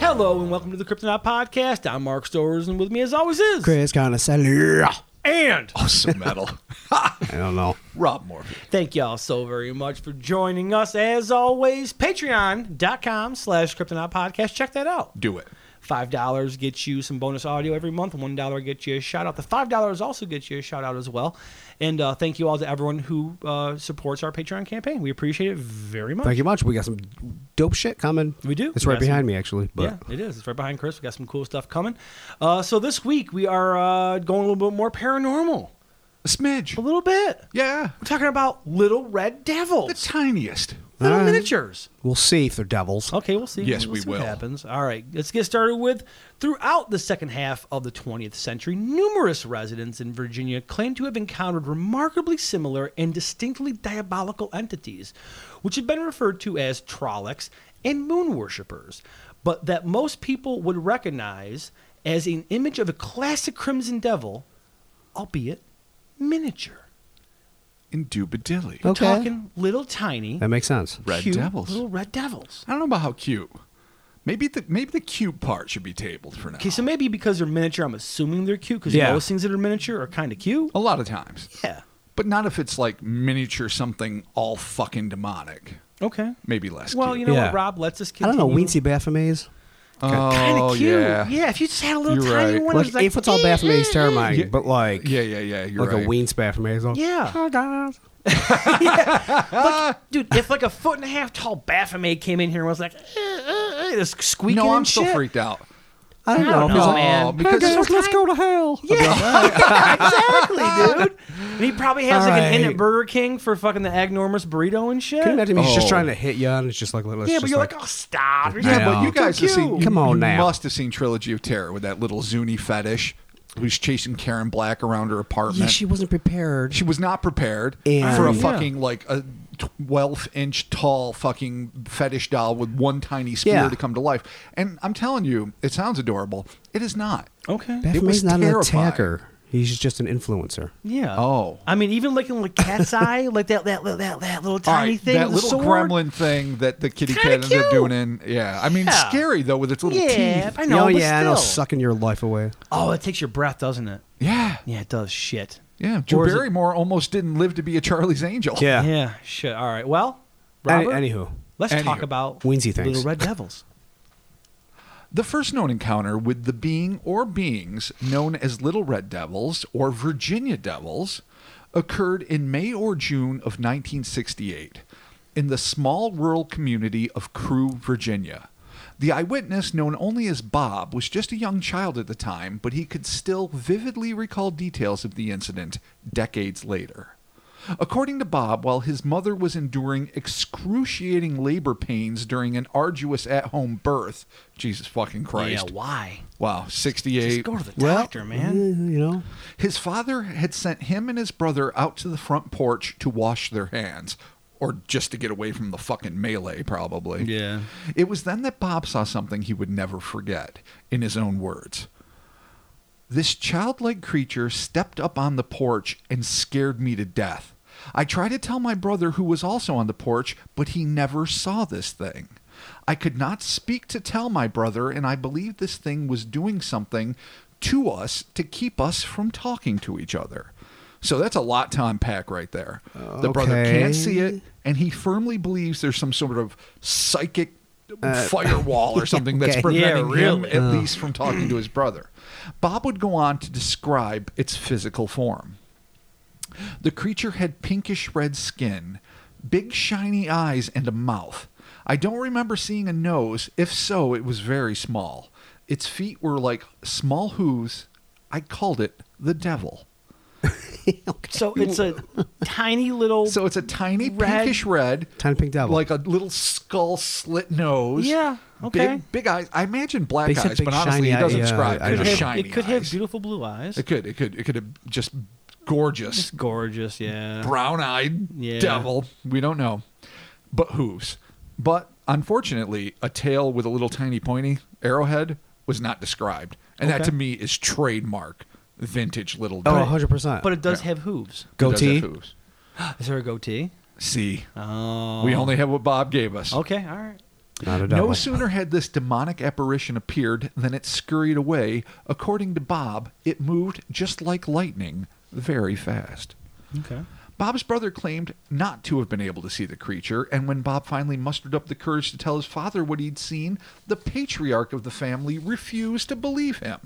Hello and welcome to the Kryptonite Podcast. I'm Mark Stowers, and with me as always is Chris Connoisseur. and Awesome metal. I don't know. Rob Morphy. Thank y'all so very much for joining us. As always, patreon.com slash kryptonite podcast. Check that out. Do it. Five dollars gets you some bonus audio every month. One dollar gets you a shout out. The five dollars also gets you a shout out as well. And uh, thank you all to everyone who uh, supports our Patreon campaign. We appreciate it very much. Thank you much. We got some dope shit coming. We do. It's We right got some- behind me, actually. But Yeah, it is. It's right behind Chris. We got some cool stuff coming. Uh, so this week we are uh, going a little bit more paranormal. A A smidge. little bit. Yeah. We're talking about little red The devils, tiniest. little All right. miniatures. we'll see if they're devils. Okay, we'll see. Yes, We'll we see what will. happens. All right, let's get started with throughout the second half of the 20th century, numerous residents in Virginia claimed to have encountered remarkably similar and distinctly diabolical entities, which had been referred to as Trollocs and moon worshippers, but that most people would recognize as an image of a classic crimson devil, albeit miniature. Indubitably. Oh. Okay. Talking little tiny That makes sense. Red cute devils. little red devils. I don't know about how cute. Maybe the maybe the cute part should be tabled for now. Okay, so maybe because they're miniature, I'm assuming they're cute because Yeah. most things that are miniature are kind of cute. a lot of times. Yeah. But not if it's like miniature something all fucking demonic. Okay. Maybe less Well, you cute. know Yeah. what, Rob? Let's just I don't continue. know. Weensy Baphomet's. oh, Kind of cute. Yeah. Yeah. If you just had a little You're tiny right. one, Like, it's like "Eh, eight foot tall Baphomet's terrifying, Yeah. but like yeah, yeah, yeah. You're like right. a Weens Baphomet's. all- Yeah, Oh, guys. dude. If like a foot and a half tall Baphomet came in here and was like, eh, eh, eh, just squeaking No, I'm and still shit. freaked out. I don't, I know. don't know, He's like, man. Oh, Hey, because guys, let's go to hell. Yeah, exactly, dude. And he probably has All like an in right. at Burger King for fucking the Agnormous burrito and shit. Can you imagine me? He's Oh. just trying to hit you, and it's just like, let's yeah, just but you're like, oh, stop. You're Yeah, so- but know. you guys have seen. cute. you- Come on you now. Must have seen Trilogy of Terror with that little Zuni fetish who's chasing Karen Black around her "Oh, apartment. yeah, she wasn't prepared. She was not prepared And- for a Yeah. fucking like a twelve inch tall fucking fetish doll with one tiny spear Yeah. to come to life. And I'm telling you, it sounds adorable. It is not. okay. It was Baphomet's not an terrifying. attacker. He's just an influencer. Yeah. Oh. I mean, even like in like cat's eye, like that that that, that, that little All tiny right, thing, that the little sword. gremlin thing that the kitty Kinda cat ends up cute. doing in. Yeah, I mean, Yeah. scary though with its little Yeah, teeth. I know. oh, but yeah, I know. still. Sucking your life away. Oh, it takes your breath, doesn't it? Yeah, Yeah, it does. Shit. yeah. Drew Or is it- Barrymore almost didn't live to be a Charlie's Angel. Yeah. Yeah. shit. All right. Well, Any, Robert, anywho, let's talk Anywho. about Weensy things. Little Red Devils. The first known encounter with the being or beings known as Little Red Devils or Virginia Devils occurred in May or June of 1968 in the small rural community of Crewe, Virginia. The eyewitness, known only as Bob, was just a young child at the time, but he could still vividly recall details of the incident decades later. According to Bob, while his mother was enduring excruciating labor pains during an arduous at home birth, Jesus fucking Christ. Yeah. Why? Wow, Just 68. go to the Well, doctor, man. eh, You know, His father had sent him and his brother out to the front porch to wash their hands, or just to get away from the fucking melee, probably. Yeah. It was then that Bob saw something he would never forget, in his own words. This childlike creature stepped up on the porch and scared me to death. I tried to tell my brother, who was also on the porch, but he never saw this thing. I could not speak to tell my brother, and I believe this thing was doing something to us to keep us from talking to each other. So that's a lot to unpack right there. The brother can't see it, and he firmly believes there's some sort of psychic firewall or something that's okay. Uh. preventing Yeah, him really. at least from talking to his brother. Bob would go on to describe its physical form. The creature had pinkish red skin, big shiny eyes, and a mouth. I don't remember seeing a nose. If so, it was very small. Its feet were like small hooves. I called it the devil. So it's a tiny little. mm, So it's a tiny Red- pinkish red, tiny pink devil. like a little skull slit nose. Yeah, okay. Big, big eyes. I imagine black They said eyes, big but honestly, shiny he eye- doesn't yeah, describe. I it. know. it could, Just have, shiny it could have eyes. beautiful blue eyes. It could. It could. It could have just It's gorgeous gorgeous. Yeah. brown-eyed Yeah. devil. We don't know, but hooves. But unfortunately, a tail with a little tiny pointy arrowhead was not described, and that Okay. to me is trademark vintage little. oh, devil. 100%. But it does Yeah. have hooves. It does have goatee. hooves. Is there a goatee? See, Oh. we only have what Bob gave us. Okay. All right. Not a double. No sooner had this demonic apparition appeared than it scurried away. According to Bob, it moved just like lightning, very fast. Okay. Bob's brother claimed not to have been able to see the creature, and when Bob finally mustered up the courage to tell his father what he'd seen, the patriarch of the family refused to believe him.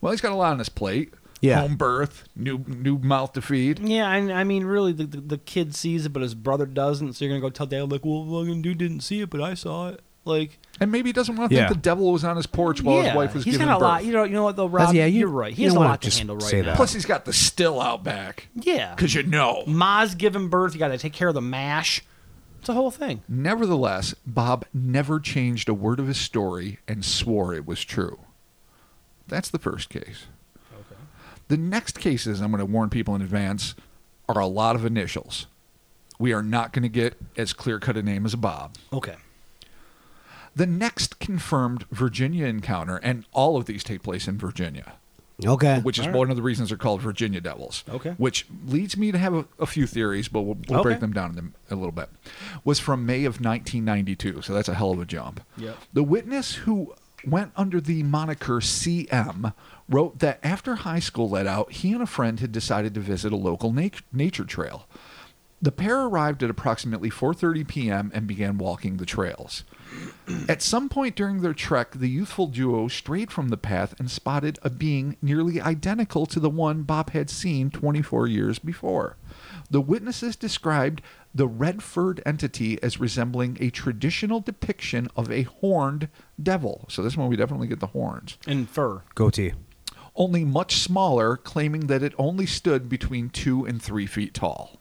Well, he's got a lot on his plate. Yeah. Home birth, new new mouth to feed. Yeah, I, I mean, really, the, the the kid sees it, but his brother doesn't. So you're gonna go tell dad, like, well, fucking dude didn't see it, but I saw it. Like, And maybe he doesn't want to Yeah. think the devil was on his porch while yeah, his wife was he's giving got a birth. lot. You know, you know what though, That's- Rob? yeah, you- are right. He you has a don't wanna lot to just handle right say now. that. Plus, he's got the still out back. yeah, Because you know. Ma's giving birth. You got to take care of the mash. It's a whole thing. Nevertheless, Bob never changed a word of his story and swore it was true. That's the first case. The next cases, I'm going to warn people in advance, are a lot of initials. We are not going to get as clear cut a name as Bob. Okay. The next confirmed Virginia encounter, and all of these take place in Virginia, okay. which is All right. one of the reasons they're called Virginia Devils. Okay. Which leads me to have a, a few theories, but we'll, we'll break Okay. them down in them a little bit. Was from May of 1992, so that's a hell of a jump. Yep. The witness who went under the moniker CM wrote that after high school let out, he and a friend had decided to visit a local nat- nature trail. The pair arrived at approximately 4:30 p.m. and began walking the trails. At some point during their trek, the youthful duo strayed from the path and spotted a being nearly identical to the one Bob had seen 24 years before. The witnesses described the red furred entity as resembling a traditional depiction of a horned devil. So, this one we definitely get the horns And fur. Goatee. only much smaller, claiming that it only stood between two and three feet tall.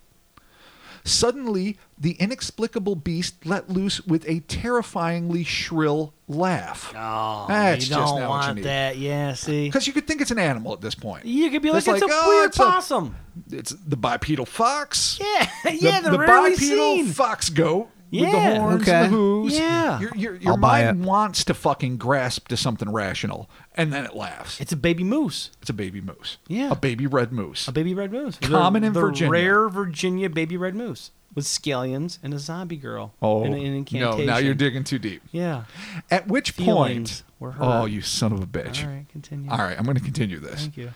Suddenly, the inexplicable beast let loose with a terrifyingly shrill laugh. Oh, That's you just don't not what you want need. that. Yeah, see. Because you could think it's an animal at this point. You could be like, It's it's, like, a oh, weird it's a- possum. It's the bipedal fox. yeah, yeah, the, they're the rarely bipedal seen. fox goat with the Yeah. horns Okay. and the hooves. Yeah. Your, your, your I'll buy mind it. wants to fucking grasp to something rational, and then it laughs. it's a baby moose. It's a baby moose. Yeah. A baby red moose. A baby red moose. Common the, in the Virginia. Rare Virginia baby red moose with scallions and a zombie girl. oh, and, an no, incantation. now you're digging too deep. Yeah. At which Feelings point, were hurt. oh, you son of a bitch! All right, continue. All right, I'm going to continue this. Thank you.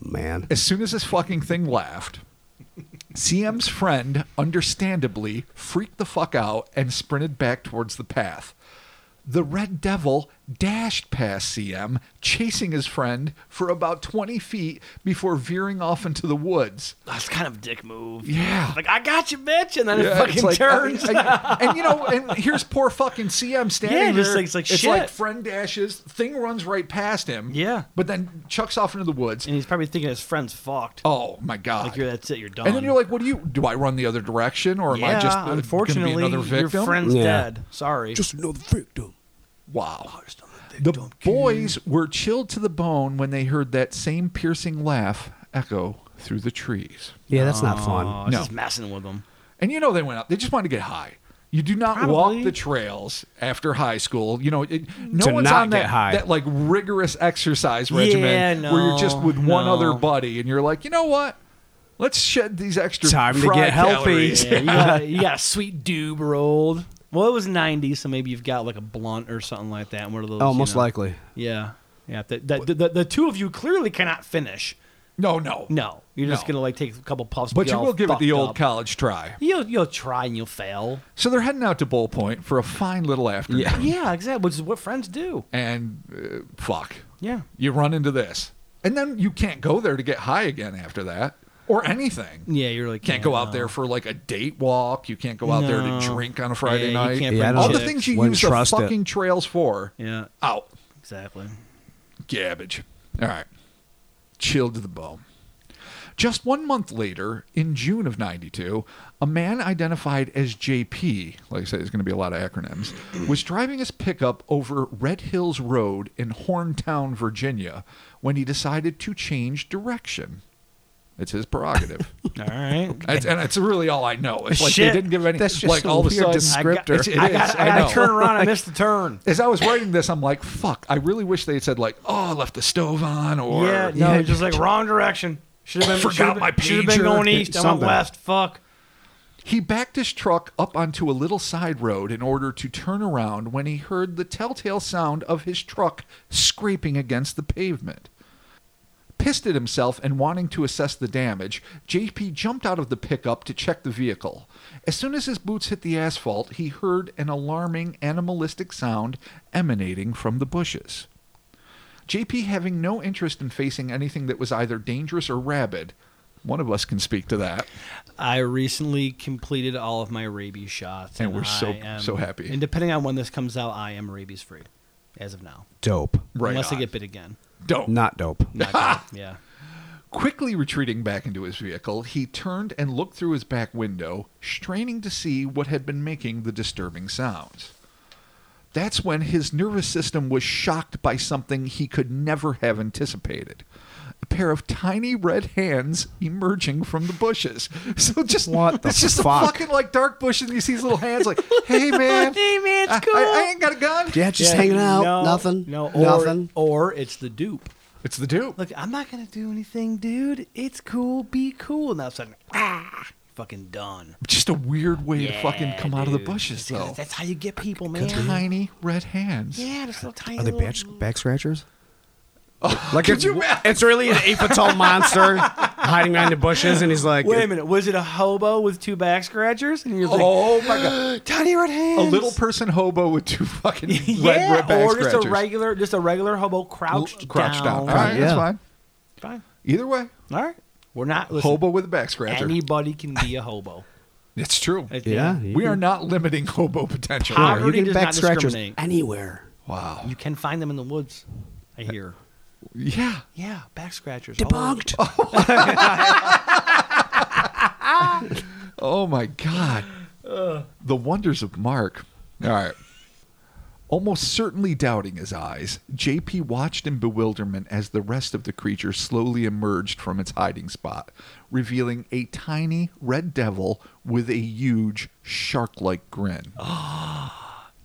Man. As soon as this fucking thing laughed, CM's friend understandably freaked the fuck out and sprinted back towards the path. The red devil dashed past CM, chasing his friend for about 20 feet before veering off into the woods. That's kind of a dick move. Yeah. Like I got you, bitch, and then it Yeah, it's fucking like- turns. and, and- and, you know, and here's poor fucking CM standing Yeah, just there. like- it's like, it's like shit. friend dashes, thing runs right past him. Yeah. but then chucks off into the woods. and he's probably thinking his friend's fucked. Oh my god! Like you're that's it, you're done. and then you're like, what do you? Do I run the other direction, or am yeah, I just uh, unfortunately, gonna be another victim? your friend's Yeah. dead. Sorry. another victim. wow. The boys were chilled to the bone when they heard that same piercing laugh echo through the trees. Yeah, that's not oh, fun. it's no. just messing with them. And you know they went out. They just wanted to get high. You do not walk Probably. the trails after high school. You know, it, no To one's not on get that, high. that like rigorous exercise regimen Yeah, where you're just no, with one no. other buddy and you're like, you know what? Let's shed these extra Time to fry get healthy. calories." Yeah, you, got, you got a sweet doob rolled. Well, it was 90, so maybe you've got like a blunt or something like that. And one of those. Oh, you most know. likely. Yeah. Yeah. The, the, the, the, the two of you clearly cannot finish. No, no, No. You're just No. going to like take a couple puffs. But be you all will give it the fucked old up. college try. You'll, you'll try and you'll fail. So they're heading out to Bull Point for a fine little afternoon. Yeah, exactly. Which is what friends do. And uh, fuck, Yeah. you run into this, and then you can't go there to get high again after that or anything. Yeah, you're like Can't yeah, go out no. there for like a date walk. You can't go out there to No. drink on a Friday Yeah, you night. can't Yeah, bring All the chicks. things you Wouldn't use the trust it. fucking trails for. Yeah, Out. exactly. Garbage. All right. Chilled to the bone. Just one month later, in June of 92, a man identified as JP, like I said, there's going to be a lot of acronyms, was driving his pickup over Red Hills Road in Horntown, Virginia, when he decided to change direction. It's his prerogative. All right. It's, and it's really all I know. It's like Shit. they didn't give any. That's just like a all of a weird sudden, description. I got, Scripter. I, It is, got, I I got know. to turn around. I missed the turn. As I was writing this, I'm like, "Fuck! I really wish they had said like, oh, I left the stove on, or yeah, no, just like wrong direction. Should have been Forgot should've been- my Should have been pager. going east. I went Something. west. Fuck. He backed his truck up onto a little side road in order to turn around when he heard the telltale sound of his truck scraping against the pavement. Pissed at himself and wanting to assess the damage, JP jumped out of the pickup to check the vehicle. As soon as his boots hit the asphalt, he heard an alarming animalistic sound emanating from the bushes. JP having no interest in facing anything that was either dangerous or rabid, one of us can speak to that. I recently completed all of my rabies shots, And we're so- I am- so happy. And depending on when this comes out, I am rabies free, as of now, Dope. Right. unless on. I get bit again. Don't. Not dope. Not good. yeah. Quickly retreating back into his vehicle, he turned and looked through his back window, straining to see what had been making the disturbing sounds. That's when his nervous system was shocked by something he could never have anticipated. A pair of tiny red hands emerging from the bushes. So just What the it's just fuck? a fucking like dark bush and you see these little hands like, hey man. Hey, man, it's I- cool." I, I ain't got a gun. Yeah, just Yeah, hanging out. no, nothing. No, or, nothing. Or it's the dupe. It's the dude. Look, I'm not gonna do anything, dude. It's cool. Be cool. And all of a sudden, ah, fucking done. Just a weird way to fucking Yeah, come out of the dude. bushes It's 'cause though. That's how you get people, man. Tiny red hands. Yeah, just little tiny. Are they little- back, back scratchers? like could it's, you imagine? it's really an eight foot tall monster hiding behind the bushes, and he's like, Wait a minute. Was it a hobo with two back scratchers? And you're like, Oh my god. tiny red hands. A little person hobo with two fucking red, yeah, red back or just scratchers. a regular, just a regular hobo crouched, Crouched down. down. All right, that's Yeah. fine. Fine. Either way, All right. We're not listen, hobo with a back scratcher. Anybody can be a hobo. it's true. At the Yeah, end, you We can- are not limiting hobo potential. Power- you Poverty can does back not scratchers discriminate. anywhere. Wow. You can find them in the woods. I hear. Yeah. Yeah, back scratchers. all over. Debunked. Oh my god. The wonders of Mark. All right. Almost certainly doubting his eyes, JP watched in bewilderment as the rest of the creature slowly emerged from its hiding spot, revealing a tiny red devil with a huge shark like grin.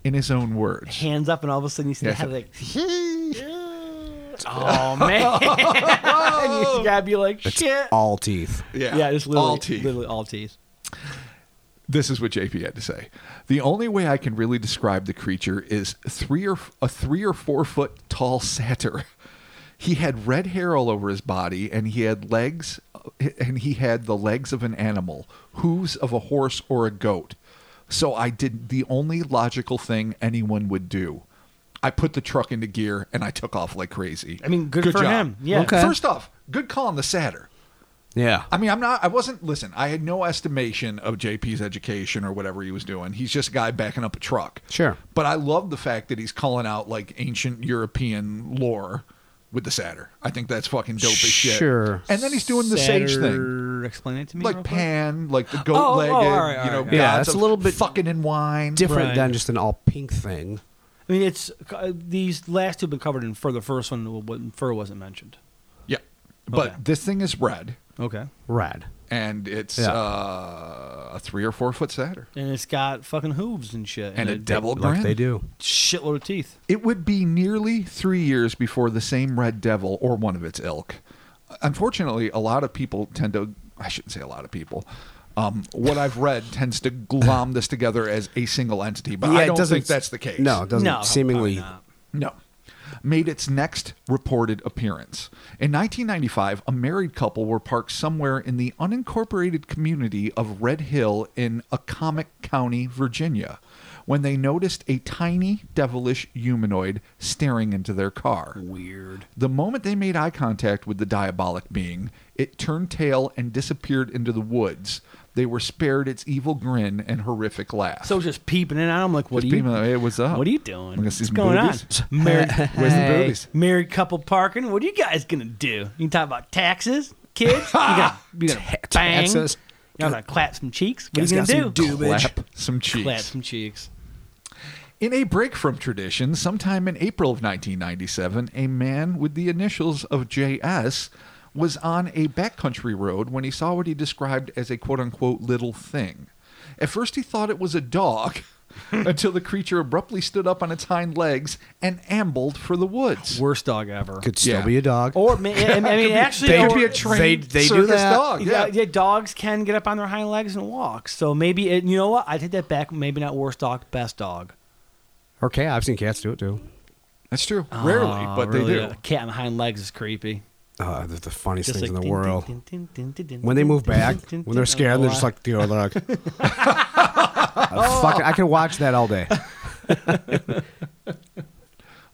In his own words. Hands up, and all of a sudden you see Yeah, the head like. oh man! and you gotta be like, shit. All teeth. yeah, just literally, all teeth. literally all teeth. This is what JP had to say. The only way I can really describe the creature is three or a three or four foot tall satyr. He had red hair all over his body, and he had legs, uh, and he had the legs of an animal, hooves of a horse or a goat. So I did the only logical thing anyone would do. I put the truck into gear and I took off like crazy. I mean, good for him. Yeah. Okay. First off, good call on the satyr. Yeah. I mean, I'm not. I wasn't. Listen, I had no estimation of JP's education or whatever he was doing. He's just a guy backing up a truck. Sure. But I love the fact that he's calling out like ancient European lore with the satyr. I think that's fucking dope as shit. Sure. And then he's doing the sage thing, Satyr- Explain it to me. like real quick. Pan, like the oh, goat-legged. all right, all you know, right. Yeah, that's gods a of little bit fucking in wine. Different Right. than just an all pink thing. I mean, it's uh, these last two have been covered in fur. The first one, w- w- fur wasn't mentioned. Yeah. But Okay. this thing is red, Okay. Red. and it's Yeah. uh, a three or four foot satyr. And it's got fucking hooves and shit, And a it- devil Like grin. they do. shitload of teeth. It would be nearly three years before the same Red Devil or one of its ilk. Unfortunately, a lot of people tend to, I shouldn't say a lot of people, um, what I've read tends to glom this together as a single entity, but I it don't doesn't think that's the case. No, it doesn't No, seemingly. probably not. No. Made its next reported appearance. In 1995, a married couple were parked somewhere in the unincorporated community of Red Hill in Accomack County, Virginia, when they noticed a tiny, devilish humanoid staring into their car. Weird. The moment they made eye contact with the diabolic being, it turned tail and disappeared into the woods. They were spared its evil grin and horrific laugh. So just peeping in, I'm like, what Just are you? being like, "Hey, what's up? What are you doing? Wanna see What's some going boobies? on? Married, Where's the boobies? married couple parking. What are you guys gonna do? You can talk about taxes, kids. You gonna, you gonna bang? taxes. Y'all gonna clap some cheeks? What Guys are you got gonna some do? doobie. bitch. clap some cheeks. Clap some cheeks. In a break from tradition, sometime in April of 1997, a man with the initials of J.S. was on a backcountry road when he saw what he described as a quote unquote little thing. At first, he thought it was a dog, until the creature abruptly stood up on its hind legs and ambled for the woods. Worst dog ever. Could still Yeah. be a dog. Or ma- I mean, I mean actually, They or- could be a they- trained they do circus that. dog. yeah. Oh, Yeah. yeah, dogs can get up on their hind legs and walk. So maybe it, you know what? I take that back. Maybe not worst dog, best dog. Or cat. I've seen cats do it too. That's true. Rarely, Oh, but really, they do. A cat on hind legs is creepy. Uh, they're the funniest Just things like in the ding, world. ding, ding, ding, ding, ding, when they ding, move ding, back, ding, ding, when theyey're ding. scared, they're just like, you know, they're like, fucking, I can watch that all day.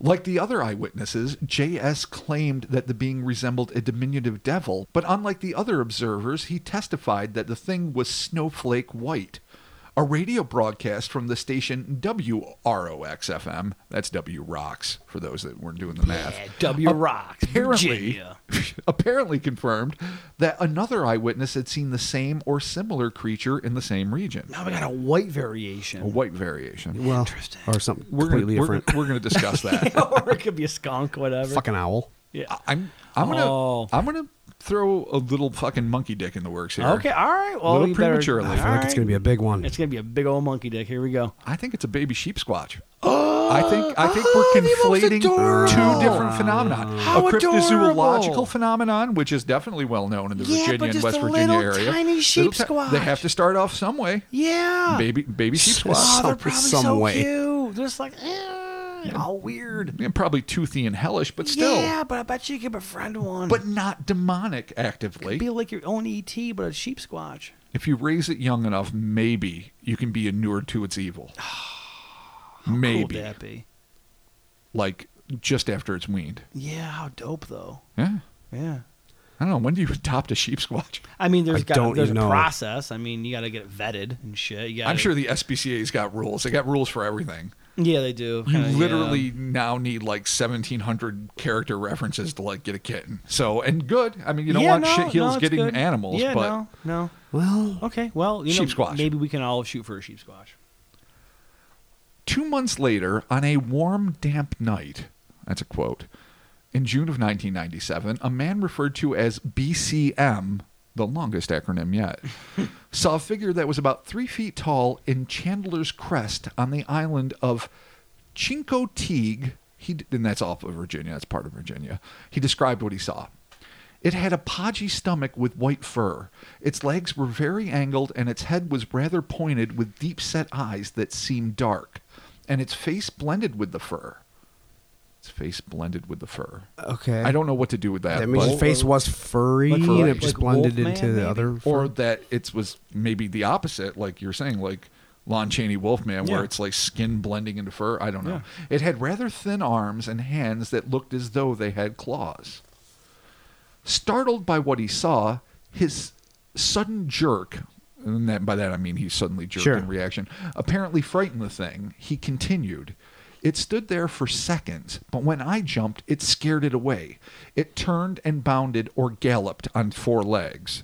Like the other eyewitnesses, J.S. claimed that the being resembled a diminutive devil, but unlike the other observers, he testified that the thing was snowflake white. A radio broadcast from the station WROX FM, that's W Rocks for those that weren't doing the math, Yeah, W Oh, rocks. apparently, Virginia. apparently confirmed that another eyewitness had seen the same or similar creature in the same region. Now we got a white A variation. white variation. Well, Interesting. Or something We're gonna, completely we're, different. gonna- we're going to discuss that. or it could be a skunk, whatever. fucking owl. Yeah. I'm I'm gonna Oh. I'm gonna throw a little fucking monkey dick in the works here. Okay, all right. Well, Little we better- prematurely. I I feel like it's right. going to be a big one. It's gonna be a big old monkey dick. Here we go. I think it's a baby sheep squatch. I think I think we're conflating adorable. two different phenomena. How a cryptozoological adorable. phenomenon, which is definitely well known in the Yeah, Virginia but and just West a Virginia little area. tiny sheep ti- They squatch. have to start off some way. Yeah. Baby baby sheep Oh, squatch. they're probably Some so way. cute. Just like, eh, all weird. Yeah, probably toothy and hellish, but still. Yeah, but I bet you could befriend one. But not demonic actively. be like your own ET, but a sheep squatch. If you raise it young enough, maybe you can be inured to its evil. Cool maybe. would that be? like just after it's weaned. Yeah, how dope though. Yeah. Yeah. I don't know. When do you adopt a sheep squatch? I mean, there's I got don't there's a know. process. I mean, you got to get it vetted and shit. You gotta, I'm sure the SPCA's got rules. They got rules for everything. Yeah, they do. You Kinda, yeah. literally now need like 1,700 character references to like get a kitten. So and good. I mean, you don't Yeah, want no, shit no, heels it's getting good. animals, Yeah, but no, no. well, Okay, well, you Sheep know, squash. maybe we can all shoot for a sheep squash. two months later, on a warm, damp night. That's a quote. In June of 1997, a man referred to as BCM, the longest acronym yet, saw a figure that was about three feet tall in Chandler's Crest on the island of Chincoteague. He, and that's off of Virginia. That's part of Virginia. He described what he saw. It had a podgy stomach with white fur. Its legs were very angled, and its head was rather pointed with deep set eyes that seemed dark, and its face blended with the fur. Its face blended with the fur. okay. I don't know what to do with that. That means but- his face was furry Like- and like it just Wolfman, blended into maybe? the other. or that it was maybe the opposite, like you're saying, like Lon Chaney Wolfman, where Yeah. it's like skin blending into fur. I don't know. It had rather thin arms and hands that looked as though they had claws. Startled by what he saw, his sudden jerk, and that, by that I mean he suddenly jerked Sure. in reaction, apparently frightened the thing. He continued. It stood there for seconds, but when I jumped, it scared it away. It turned and bounded or galloped on four legs.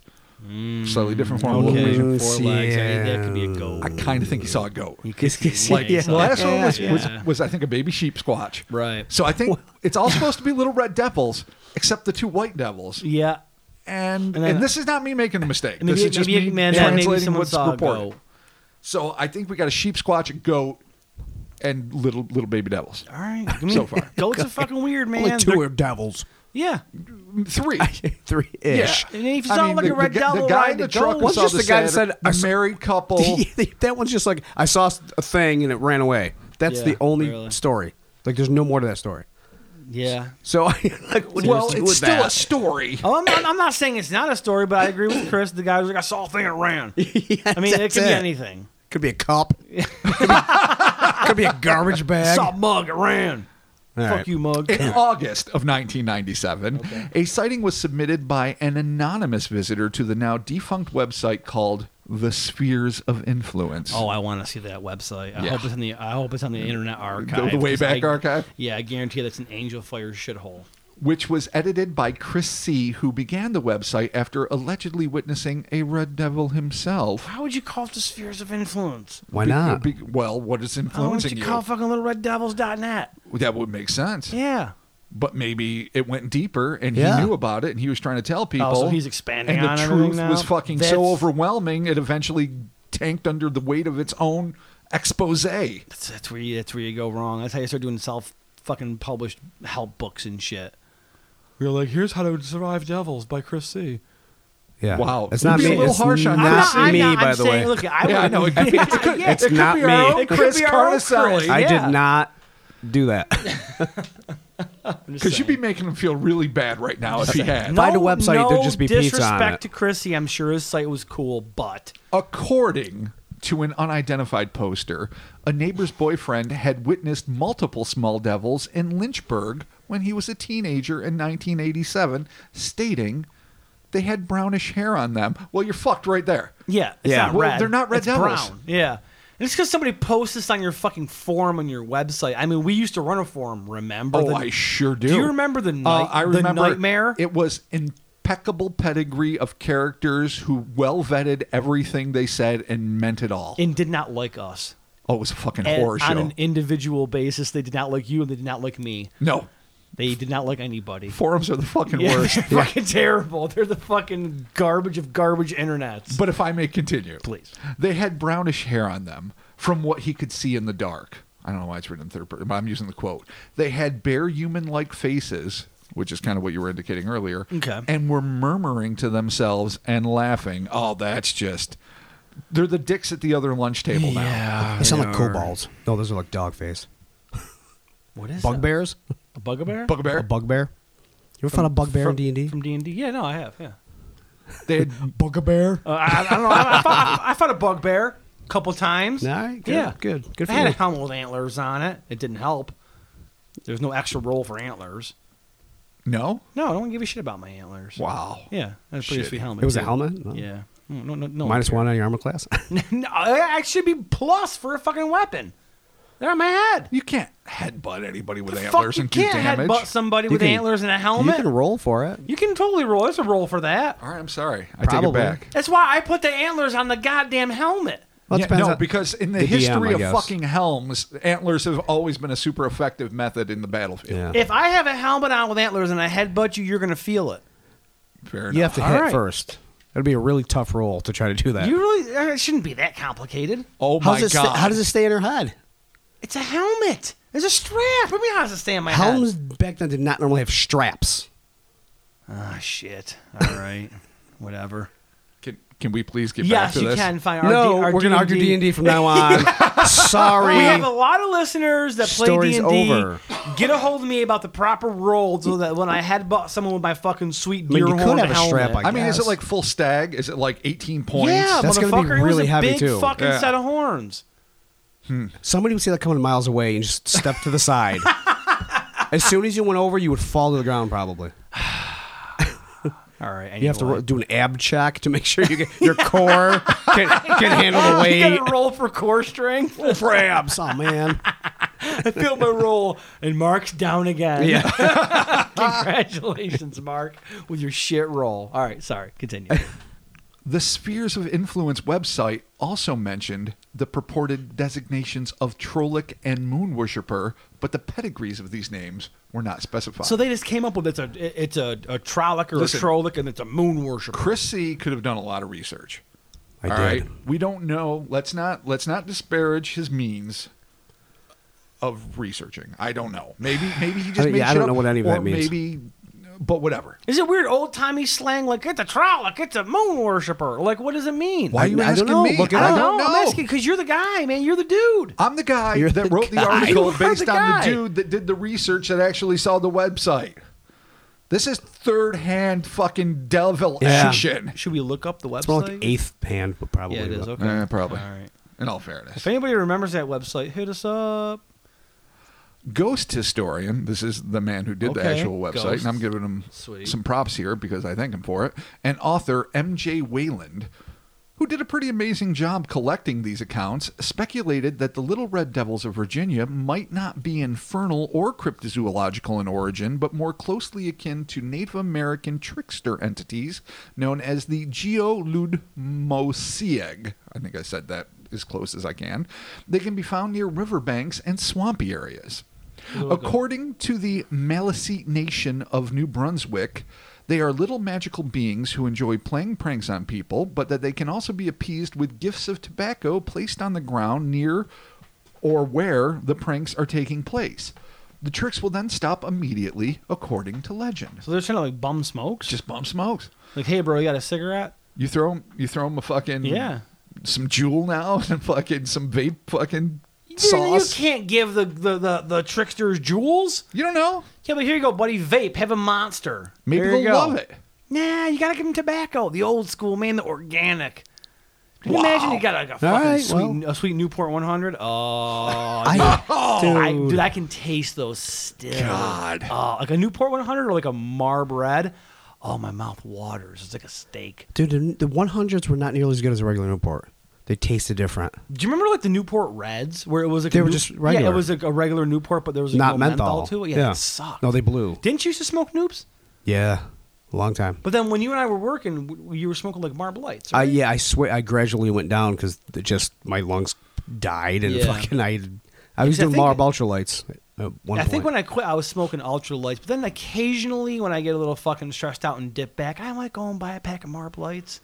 Slightly different form of Okay, movement. Mm, four legs. I mean, that could be a yeah. goat. I kind of think he saw a goat. You could see Like legs the last one was, yeah. was, was, I think, a baby sheep squatch. Right. So I think it's all supposed to be little red devils, except the two white devils. yeah. And and, then- this is not me making a mistake. Maybe, this is just maybe, me man, that- maybe translating someone what's saw a reported. goat. So I think we got a sheep squatch, a goat, and little little baby devils. All right. I mean, So far. Goats are fucking weird, man. Only two They're- are devils. yeah. Three. Three ish. And if you saw like a red the, devil the guy riding in the a truck goat- was Wasn't just the guy that said, I a saw- married couple. that one's just like I saw a thing and it ran away. That's Yeah, the only really. story. Like, there's no more to that story. Yeah. So, like, what do you well, do it's with still that? a story. Oh, I'm, I'm- I'm not saying it's not a story, but I agree with Chris. The guy was like, I saw a thing and ran. I mean, it that's could be it. anything. Could be a cup. could, be, could be a garbage bag. saw a mug, it ran. All Fuck right. you, mug. Oh, In August of 1997, a sighting was submitted by an anonymous visitor to the now defunct website called The Spheres of Influence. Oh, I want to see that website. I Yeah. hope it's on the. I hope it's on the internet the archive. Wayback I- Archive? Yeah, I guarantee that's an Angel Fire shithole. Which was edited by Chris C., who began the website after allegedly witnessing a Red Devil himself. How would you call it the spheres of influence? Why Be- not? be- well, what is Why don't influencing Oh, you you? call fucking littlereddevils.net? that would make sense. Yeah. But maybe it went deeper and he Yeah. knew about it and he was trying to tell people. Oh, so he's expanding And on the everything truth was now? fucking That's- so overwhelming it eventually tanked under the weight of its own expose. That's, that's where you, that's where you go wrong. That's how you start doing self fucking published help books and shit. We were like, here's how to survive devils by Chris C. Yeah. Wow. It's not Be a me. little It's harsh on not, Chris. me, by I'm the saying, way. Look, I Yeah, I would- know. It could be- it's good. Yeah, It's it could not be our me. own It could Chris be our own Carlisle. Chris. I Yeah. did not do that. I'm just Because you'd be saying. making him feel really bad right now if he had. Find a website, No there'd just be pizza on disrespect to it. Chrissy. I'm sure his site was cool, but According to an unidentified poster, a neighbor's boyfriend had witnessed multiple small devils in Lynchburg when he was a teenager in 1987, stating they had brownish hair on them. Well, you're fucked right there. yeah, it's Yeah. not Well, red. they're not red it's devils. Brown. Yeah, and it's because somebody posts this on your fucking forum on your website. I mean, we used to run a forum. Remember? Oh, the- I sure do. Do you remember the night? Uh, I remember the nightmare. It was impeccable pedigree of characters who well vetted everything they said and meant it all. and did not like us oh, it was a fucking And horror on show. an individual basis. They did not like you, and they did not like me. no, They did not like anybody. forums are the fucking Yeah, worst. they're fucking terrible. They're the fucking garbage of garbage internets. But if I may continue, Please. They had brownish hair on them from what he could see in the dark. I don't know why it's written in third person, but I'm using the quote. They had bare human like faces, which is kind of what you were indicating earlier, Okay. and were murmuring to themselves and laughing. Oh, that's just. They're the dicks at the other lunch table now. Yeah. They sound like kobolds. No, those are like dog face. what is that? Bugbears? A bugbear? A Bugbear. bugbear? You ever found a bugbear in D&D? From D and D? Yeah, no, I have. Yeah. They had bugbear? Uh, I, I don't know. I, I, fought, I, I fought a bugbear a couple times. All right, good, yeah, good. Good for I had you. a helmet with antlers on it. It didn't help. There's no extra roll for antlers. no. No, I don't give a shit about my antlers. Wow. Yeah, that's pretty Shit. sweet helmet. It was a too. helmet? No. Yeah. Mm, No, no, no, no Minus cared. one on your armor class? no, it should be plus for a fucking weapon. They're on my head. You can't headbutt anybody with Fuck, antlers you and do can't damage. headbutt somebody with can- antlers and a you helmet. can roll for it. You can totally roll. There's a roll for that. All right, I'm sorry. I Probably. take it back. That's why I put the antlers on the goddamn helmet. Well, it Yeah, depends no, on- because in the, the DM, history I of guess. fucking helms, antlers have always been a super effective method in the battlefield. Yeah. If I have a helmet on with antlers and I headbutt you, you're gonna feel it. Fair enough. You have to All hit right. first. It'd be a really tough roll to try to do that. You really uh, it shouldn't be that complicated. oh How's my it sta- god! how does it stay in her head? It's a helmet. There's a strap. What do you mean how does it stay on my Helms head? back then did not normally have straps. Ah, shit. All right. Whatever. Can, can we please get back Yes, to you this? can find our no, D- our we're going to argue D&D. D&D from now on. Sorry. We have a lot of listeners that play Story's D&D. over. Get a hold of me about the proper roll so that when I headbutt someone with my fucking sweet mean, you deer could horn have a helmet, strap, I I mean, is it Yes. like full stag? Is it like 18 points? Yeah, That's motherfucker, gonna be it was really a heavy, big too. fucking Yeah. set of horns. Somebody would see that coming miles away and just step to the side. as soon as you went over, you would fall to the ground probably. All right, You have to ro- do an ab check to make sure you get your core can, can handle the Oh, You weight. gotta roll for core strength. For abs, oh man! I feel my roll, and Mark's down again. Yeah. Congratulations, Mark, with your shit roll. All right, sorry, continue. The Spheres of Influence website also mentioned the purported designations of Trolloc and Moon Worshipper, but the pedigrees of these names were not specified. so they just came up with it's a it's a, a trollic or Listen. a trollic, and it's a moon worshiper. Chris C could have done a lot of research. I All did. right? We don't know. Let's not let's not disparage his means of researching. I don't know. Maybe maybe he just I mean, made yeah, I shit don't up, know what any of that or means. Maybe but whatever. Is it weird old timey slang like it's a trollic, it's a moon worshiper? Like what does it mean? Why are I- you I don't asking know. me? Look it I up. don't know. I'm asking because you're the guy, man. You're the dude. I'm the guy You're that the wrote the guy. article You are based the on guy. the dude that did the research that actually saw the website. This is third hand fucking devil Yeah. action. Should we look up the website? It's more like eighth hand, but probably. Yeah, it is. but- Okay, Eh, probably. All right. In all fairness. If anybody remembers that website, hit us up. Ghost historian, this is the man who did the Okay, actual website, Ghost. and I'm giving him Sweet. some props here because I thank him for it. And author M.J. Wayland, who did a pretty amazing job collecting these accounts, speculated that the Little Red Devils of Virginia might not be infernal or cryptozoological in origin, but more closely akin to Native American trickster entities known as the Geoludmosieg. I think I said that as close as I can. They can be found near riverbanks and swampy areas. According to the Maliseet Nation of New Brunswick, They are little magical beings who enjoy playing pranks on people, but that they can also be appeased with gifts of tobacco placed on the ground near or where the pranks are taking place. The tricks will then stop immediately, according to legend. So they're trying to like bum smokes. Just bum smokes. like, hey, bro, you got a cigarette? You throw 'em- you throw 'em a fucking Yeah. some jewel now and fucking some vape fucking Dude, sauce. You can't give the, the, the, the tricksters jewels. You don't know. Yeah, but here you go, buddy. Vape. Have a monster. Maybe There you they'll go. love it. Nah, you gotta give them tobacco. The old school, man. The organic. Can you imagine you got like a fucking right, sweet, well. a sweet Newport 100? Oh, I, dude. I, dude, I can taste those still. God. Oh, like a Newport 100 or like a Marb Red. Oh, my mouth waters. It's like a steak. dude, the, the 100s were not nearly as good as a regular Newport. They tasted different. Do you remember like the Newport Reds, where it was like They a were New- just regular. Yeah, it was like a regular Newport, but there was like Not no menthol. to it. Yeah, Yeah. that sucked. No, they blew. Didn't you used to smoke noobs? Yeah, a long time. But then when you and I were working, w- you were smoking like Marb Lights. I Right? yeah, I swear, I gradually went down because just my lungs died and Yeah. fucking I, I was I doing think- Marb Ultralights at one I think point. when I quit, I was smoking Ultra Lights. But then occasionally, when I get a little fucking stressed out and dip back, I might go and buy a pack of Marb Lights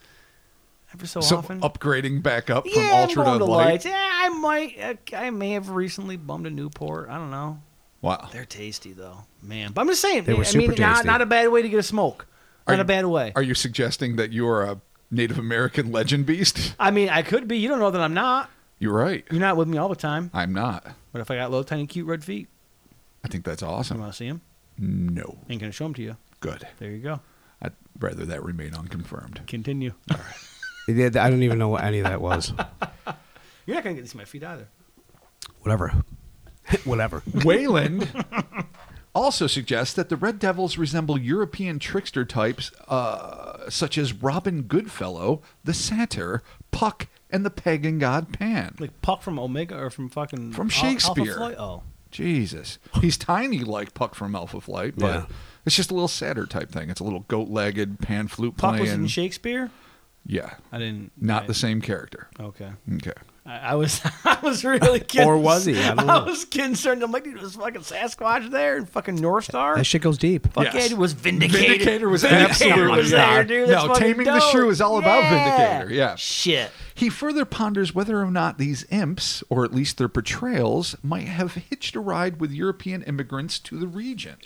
every so, So often. upgrading back up from yeah, I'm ultra going to to light. lights. Yeah, I might. Uh, I may have recently bummed a Newport. I don't know. Wow. They're tasty though, man. But I'm just saying. They were I mean, super Not, tasty. not a bad way to get a smoke. Are Not you- a bad way. Are you suggesting that you are a Native American legend beast? I mean, I could be. You don't know that I'm not. You're right. You're not with me all the time. I'm not. But if I got little tiny cute red feet, I think that's you awesome. want to see them? No. Ain't gonna show them to you. Good. There you go. I'd rather that remain unconfirmed. Continue. Yeah, I don't even know what any of that was. You're not gonna get to see my feet either. Whatever. Whatever. Wayland also suggests that the Red Devils resemble European trickster types uh, such as Robin Goodfellow, the Satyr, Puck, and the pagan god Pan. Like Puck from Omega or from fucking From Al- Shakespeare. Alpha Flight? Oh, Jesus. He's tiny like Puck from Alpha Flight, but Yeah. it's just a little satyr type thing. It's a little goat legged pan flute Puck playing. was in Shakespeare. yeah. I didn't. Not I- the same character. Okay. Okay. I, I was I was really concerned. Or was he? I don't know. was concerned. I'm like, dude, was fucking Sasquatch there and fucking North Star. That shit goes deep. Fuck Yes. yeah, dude, was vindicated. Vindicator was Vindicator absolutely- was there, dude. That's No, fucking Taming the dope. Shrew is all about Yeah. Vindicator, yeah. Shit. He further ponders whether or not these imps, or at least their portrayals, might have hitched a ride with European immigrants to the region.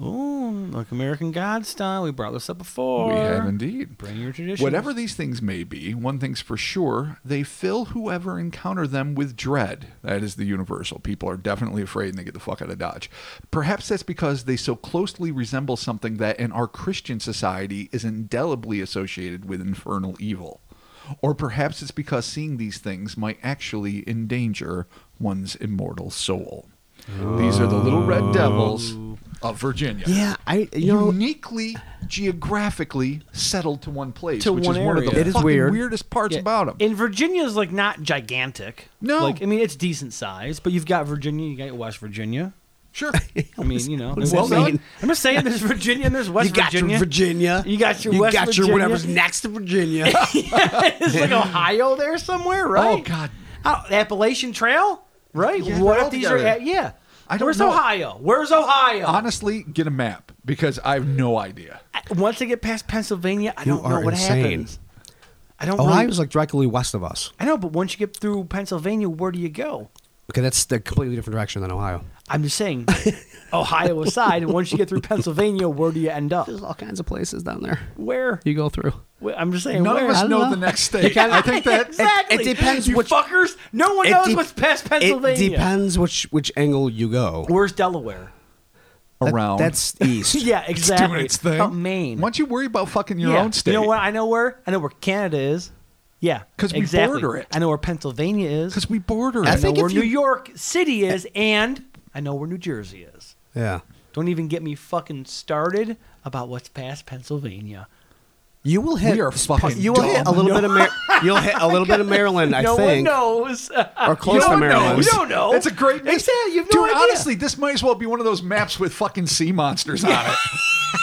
Ooh, like American God style. We brought this up before. we have indeed. Bring your traditions. Whatever these things may be, one thing's for sure, they fill whoever encounter them with dread. That is the universal. People are definitely afraid and they get the fuck out of Dodge. Perhaps that's because they so closely resemble something that in our Christian society is indelibly associated with infernal evil. Or perhaps it's because seeing these things might actually endanger one's immortal soul. These are the little red devils of Virginia Yeah, I you know uniquely geographically settled to one place, To which one is one of the area. It is fucking weird. weirdest parts Yeah. about them. And Virginia's like not gigantic. No. Like, I mean, it's decent size, but you've got Virginia, you got West Virginia. sure, Oh, I mean, you know. does there's- that mean? I'm just saying there's Virginia and there's West you got Virginia. your Virginia. You got your You West got your Virginia. whatever's next to Virginia. it's like Ohio there somewhere, right? Oh, God. Oh, the Appalachian Trail? Right? Yeah, what they're all if these are together. at, yeah. I don't Where's know. Ohio? Where's Ohio? honestly, get a map because I have no idea. Once I get past Pennsylvania, I You don't know are what insane. happens. I don't really- Oh, Ohio's like directly west of us. I know, but once you get through Pennsylvania, where do you go? Okay, that's the completely different direction than Ohio. I'm just saying, Ohio aside, and once you get through Pennsylvania, where do you end up? There's all kinds of places down there Where? you go through. Where- I'm just saying, None where? of us don't know, know. the next state. I think that exactly. it depends you which- fuckers. No one It knows de- what's past Pennsylvania. It depends which which angle you go. Where's Delaware? That- around that's east. Yeah, exactly. doing its thing. About Maine. Why don't you worry about fucking your yeah. own state? You know what? I know where. I know where Canada is. Yeah, 'Cause we exactly. border it. I know where Pennsylvania is. Because we border I it. know think where if New you- York City is, and I know where New Jersey is. Yeah. Don't even get me fucking started about what's past Pennsylvania. You will hit. We are fucking You will hit a dumb. little bit of. Mar- you'll hit a little bit of Maryland, I no think, one knows. or close No to one Maryland. knows. You don't know. It's a great mis- Exactly, you have no Dude, idea. honestly, this might as well be one of those maps with fucking sea monsters on it.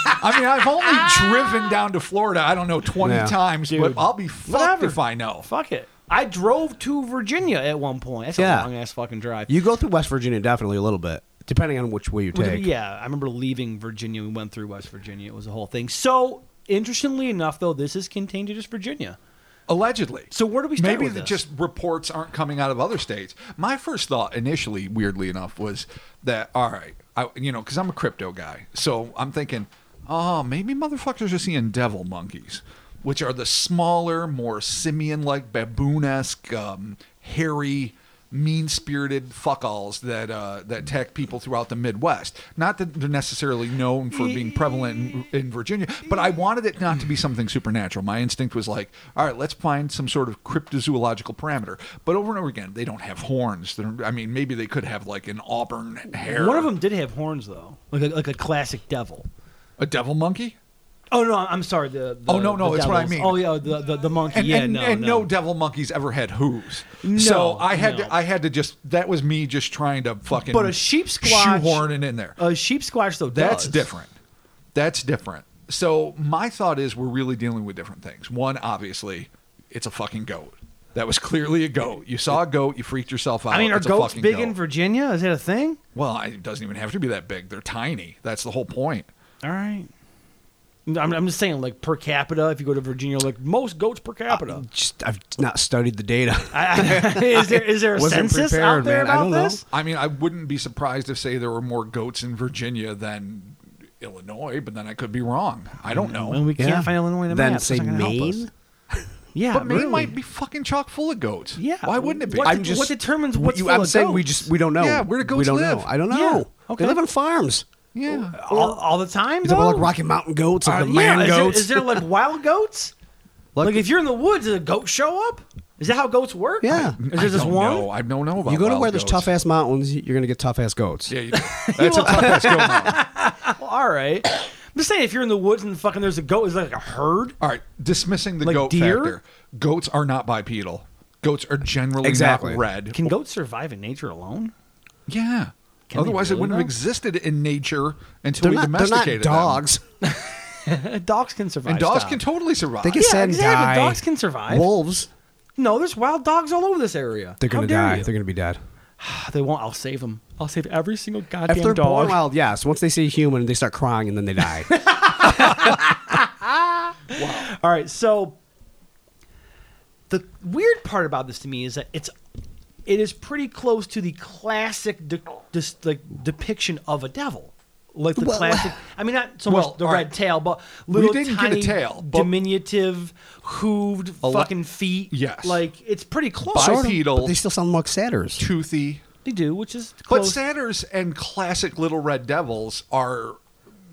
I mean, I've only driven down to Florida, I don't know, 20 Yeah. times, but Dude. I'll be fucked Whatever. if I know. Fuck it. I drove to Virginia at one point. That's Yeah. a long ass fucking drive. You go through West Virginia definitely a little bit. depending on which way you With- take. Yeah, I remember leaving Virginia. We went through West Virginia. It was a whole thing. So interestingly enough, though, this is contained to just Virginia. Allegedly. So where do we start Maybe with the- this? just reports aren't coming out of other states. My first thought initially, weirdly enough, was that all right, I, you know, because I'm a crypto guy, so I'm thinking, oh, maybe motherfuckers are seeing devil monkeys, which are the smaller, more simian-like, baboon-esque, um, hairy. Mean-spirited fuckalls that uh, that attack people throughout the Midwest. Not that they're necessarily known for being prevalent in, in Virginia, but I wanted it not to be something supernatural. My instinct was like, all right, let's find some sort of cryptozoological parameter. But over and over again, they don't have horns. They're, I mean, maybe they could have like an auburn hair. One of them did have horns, though, like a, like a classic devil. a devil monkey. Oh no, I'm sorry. The, the Oh, no, no, the it's what I devils. mean. Oh yeah, the the, the monkey. And, yeah, and, no, and no. devil monkeys ever had hooves. No, so I had no. to, I had to just that was me just trying to fucking But a sheep squatch- shoehorn it in there. A sheep squash though. That's does. different. That's different. So my thought is we're really dealing with different things. One, obviously, it's a fucking goat. That was clearly a goat. You saw a goat, you freaked yourself out. I mean, are It's a goats fucking big goat. in Virginia? Is that a thing? Well, I- it doesn't even have to be that big. They're tiny. That's the whole point. All right. I'm, I'm just saying, like per capita, if you go to Virginia, like most goats per capita. Just, I've not studied the data. Uh, I- I- is there is there a Wasn't census out prepared, there man. I about don't know. this? I mean, I wouldn't be surprised if say there were more goats in Virginia than Illinois, but then I could be wrong. I don't know. And Mm, we can't Yeah. find Illinois in a Then map. It's say not gonna help us. Maine? Yeah, but Maine really. might be fucking chock full of goats. Yeah. Why wouldn't it be? What I'm the- just what determines We- what's you- full I'm of saying we goats? just we don't know. Yeah, where do We goats don't live? know. I don't Yeah, know. okay. They live on farms. yeah. all, all the time. Is it though? like Rocky Mountain goats, like Uh, the yeah, man is there- goats? Is there like wild goats? Like, Like- if you're in the woods, does a goat show up? Is that how goats work? Yeah. Is I there just don't one? know. I don't know about. you go to wild where there's goats. tough ass mountains, you're gonna get tough ass goats. Yeah, you do. that's a tough ass goat. mountain. Well, all right. I'm just saying, if you're in the woods and fucking there's a goat, is it like a herd? All right, dismissing the Like goat deer? factor. Goats are not bipedal. Goats are generally Exactly. not red. Can goats survive in nature alone? yeah. Can they Otherwise, really it wouldn't though? have existed in nature until They're we not, they're not domesticated them. dogs. Uh, dogs can survive. And dogs stop. can totally survive. They get Yeah, sad and exactly. die. Dogs can survive. Wolves, No, there's wild dogs all over this area. they're gonna How dare die. you? They're gonna be dead. They won't. I'll save them. I'll save every single goddamn If they're dog. born wild, yes. Once they see a human, they start crying and then they die. All right, so the weird part about this to me is that it's it is pretty close to the classic de- dis- like depiction of a devil. Like the Well- classic, I mean, not so Well, much the all red right. tail, but little didn't get a tiny, tail, but- diminutive, hooved lot- fucking feet. Yes. like it's pretty close. Sort of, Bipedal. but they still sound like satyrs. toothy. They do, which is But close. satyrs and classic little red devils are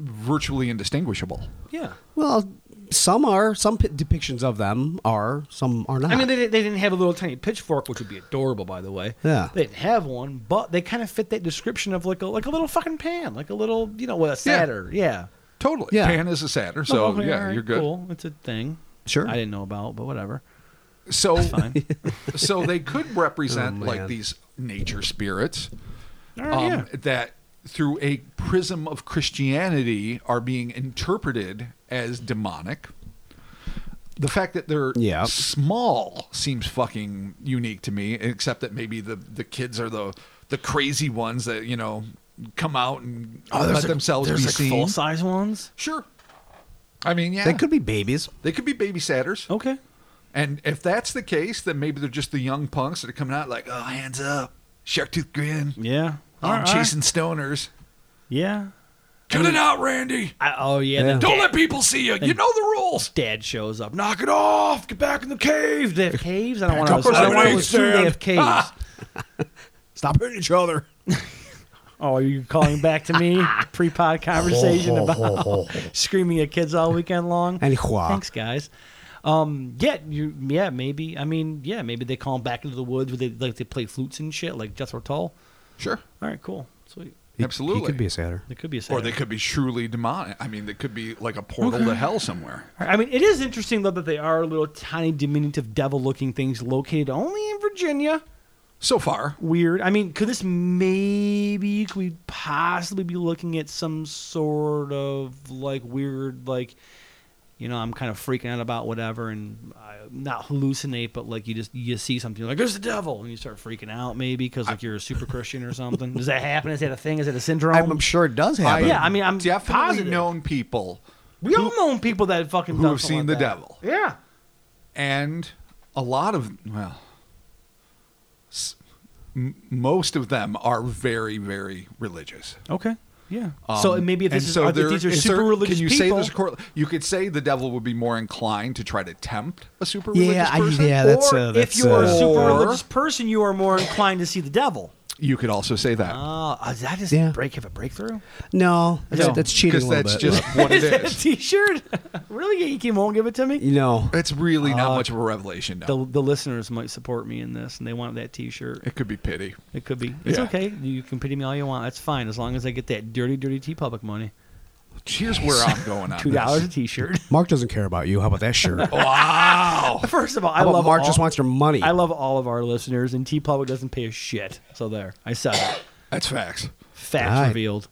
virtually indistinguishable. yeah, Well, some are. Some p- depictions of them are. Some are not. I mean, they, they didn't have a little tiny pitchfork, which would be adorable, by the way. Yeah. they didn't have one, but they kind of fit that description of like a like a little fucking pan, like a little you know what a satyr. Yeah. Oh, Totally. Yeah. Pan is a satyr, so Okay, yeah, alright, you're good. Cool, it's a thing. Sure. I didn't know about, but whatever. So, Fine. so they could represent Oh, like man. these nature spirits. All right, um, Oh, yeah. that through a prism of Christianity are being interpreted as demonic. The fact that they're Yeah. small seems fucking unique to me, except that maybe the, the kids are the the crazy ones that, you know, come out and Oh, let themselves be seen. full size ones. Sure. I mean, yeah. they could be babies. they could be babysitters. Okay. And if that's the case, then maybe they're just the young punks that are coming out like, oh, hands up, shark tooth grin. Yeah. Oh, All I'm right. chasing stoners. Yeah. Cut it out, Randy. I, oh yeah. Yeah. then Don't dad, let people see you. You know the rules. dad shows up. Knock it off. Get back in the cave. Do they have caves? I don't want up Ah. to. I don't want to lemonade assume they stand. have caves. Stop hurting each other. Oh, are you calling back to me? Pre-pod conversation about screaming at kids all weekend long. And hua. Thanks, guys. Um, yeah, you, yeah, maybe. I mean, yeah, maybe they call them back into the woods where they like they play flutes and shit, like Jethro Tull. Sure. All right, cool, sweet. He- Absolutely. He could be a satyr. It could be a Or satyr. they could be truly demonic. I mean, they could be like a portal to hell somewhere. I mean, it is interesting though that they are little tiny, diminutive, devil-looking things located only in Virginia. So far, Weird. I mean, could this maybe could we possibly be looking at some sort of like weird like you know, I'm kind of freaking out about whatever and I, not hallucinate, but like you just you see something like there's the devil and you start freaking out maybe because like you're a super Christian or something. Does that happen? Is that a thing? Is it a syndrome? I'm, I'm sure it does happen. yeah, I mean, I'm definitely positive. known people we all know people that fucking who done have something seen the like that. devil. Yeah. and a lot of well s- m- most of them are very very religious Okay. Yeah. Um, so maybe if and this is, uh, so if there- these are is super there- religious can you say people, there's a correl- you could say the devil would be more inclined to try to tempt a super religious Yeah, I- person yeah, that's or uh, if that's you are a uh, super Or- religious person, you are more inclined to see the devil. you could also say that Oh, is that just Yeah. break have a breakthrough? no, that's, No, that's cheating a 'cause little that's bit. just what it Is that a is T-shirt? really, Yakim won't give it to me. you know, it's really not much of a revelation no. The, the listeners might support me in this, and they want that T-shirt. it could be pity It could be. It's Yeah. okay. You can pity me all you want. That's fine, as long as I get that dirty, dirty T public money. here's where i'm going on Two dollars a T-shirt. Mark doesn't care about you. How about that shirt? Oh, this. wow First of all, I How about love Mark all, just wants your money? I love all of our listeners, and T public doesn't pay a shit. So there, I said it. that's facts Facts Right. revealed.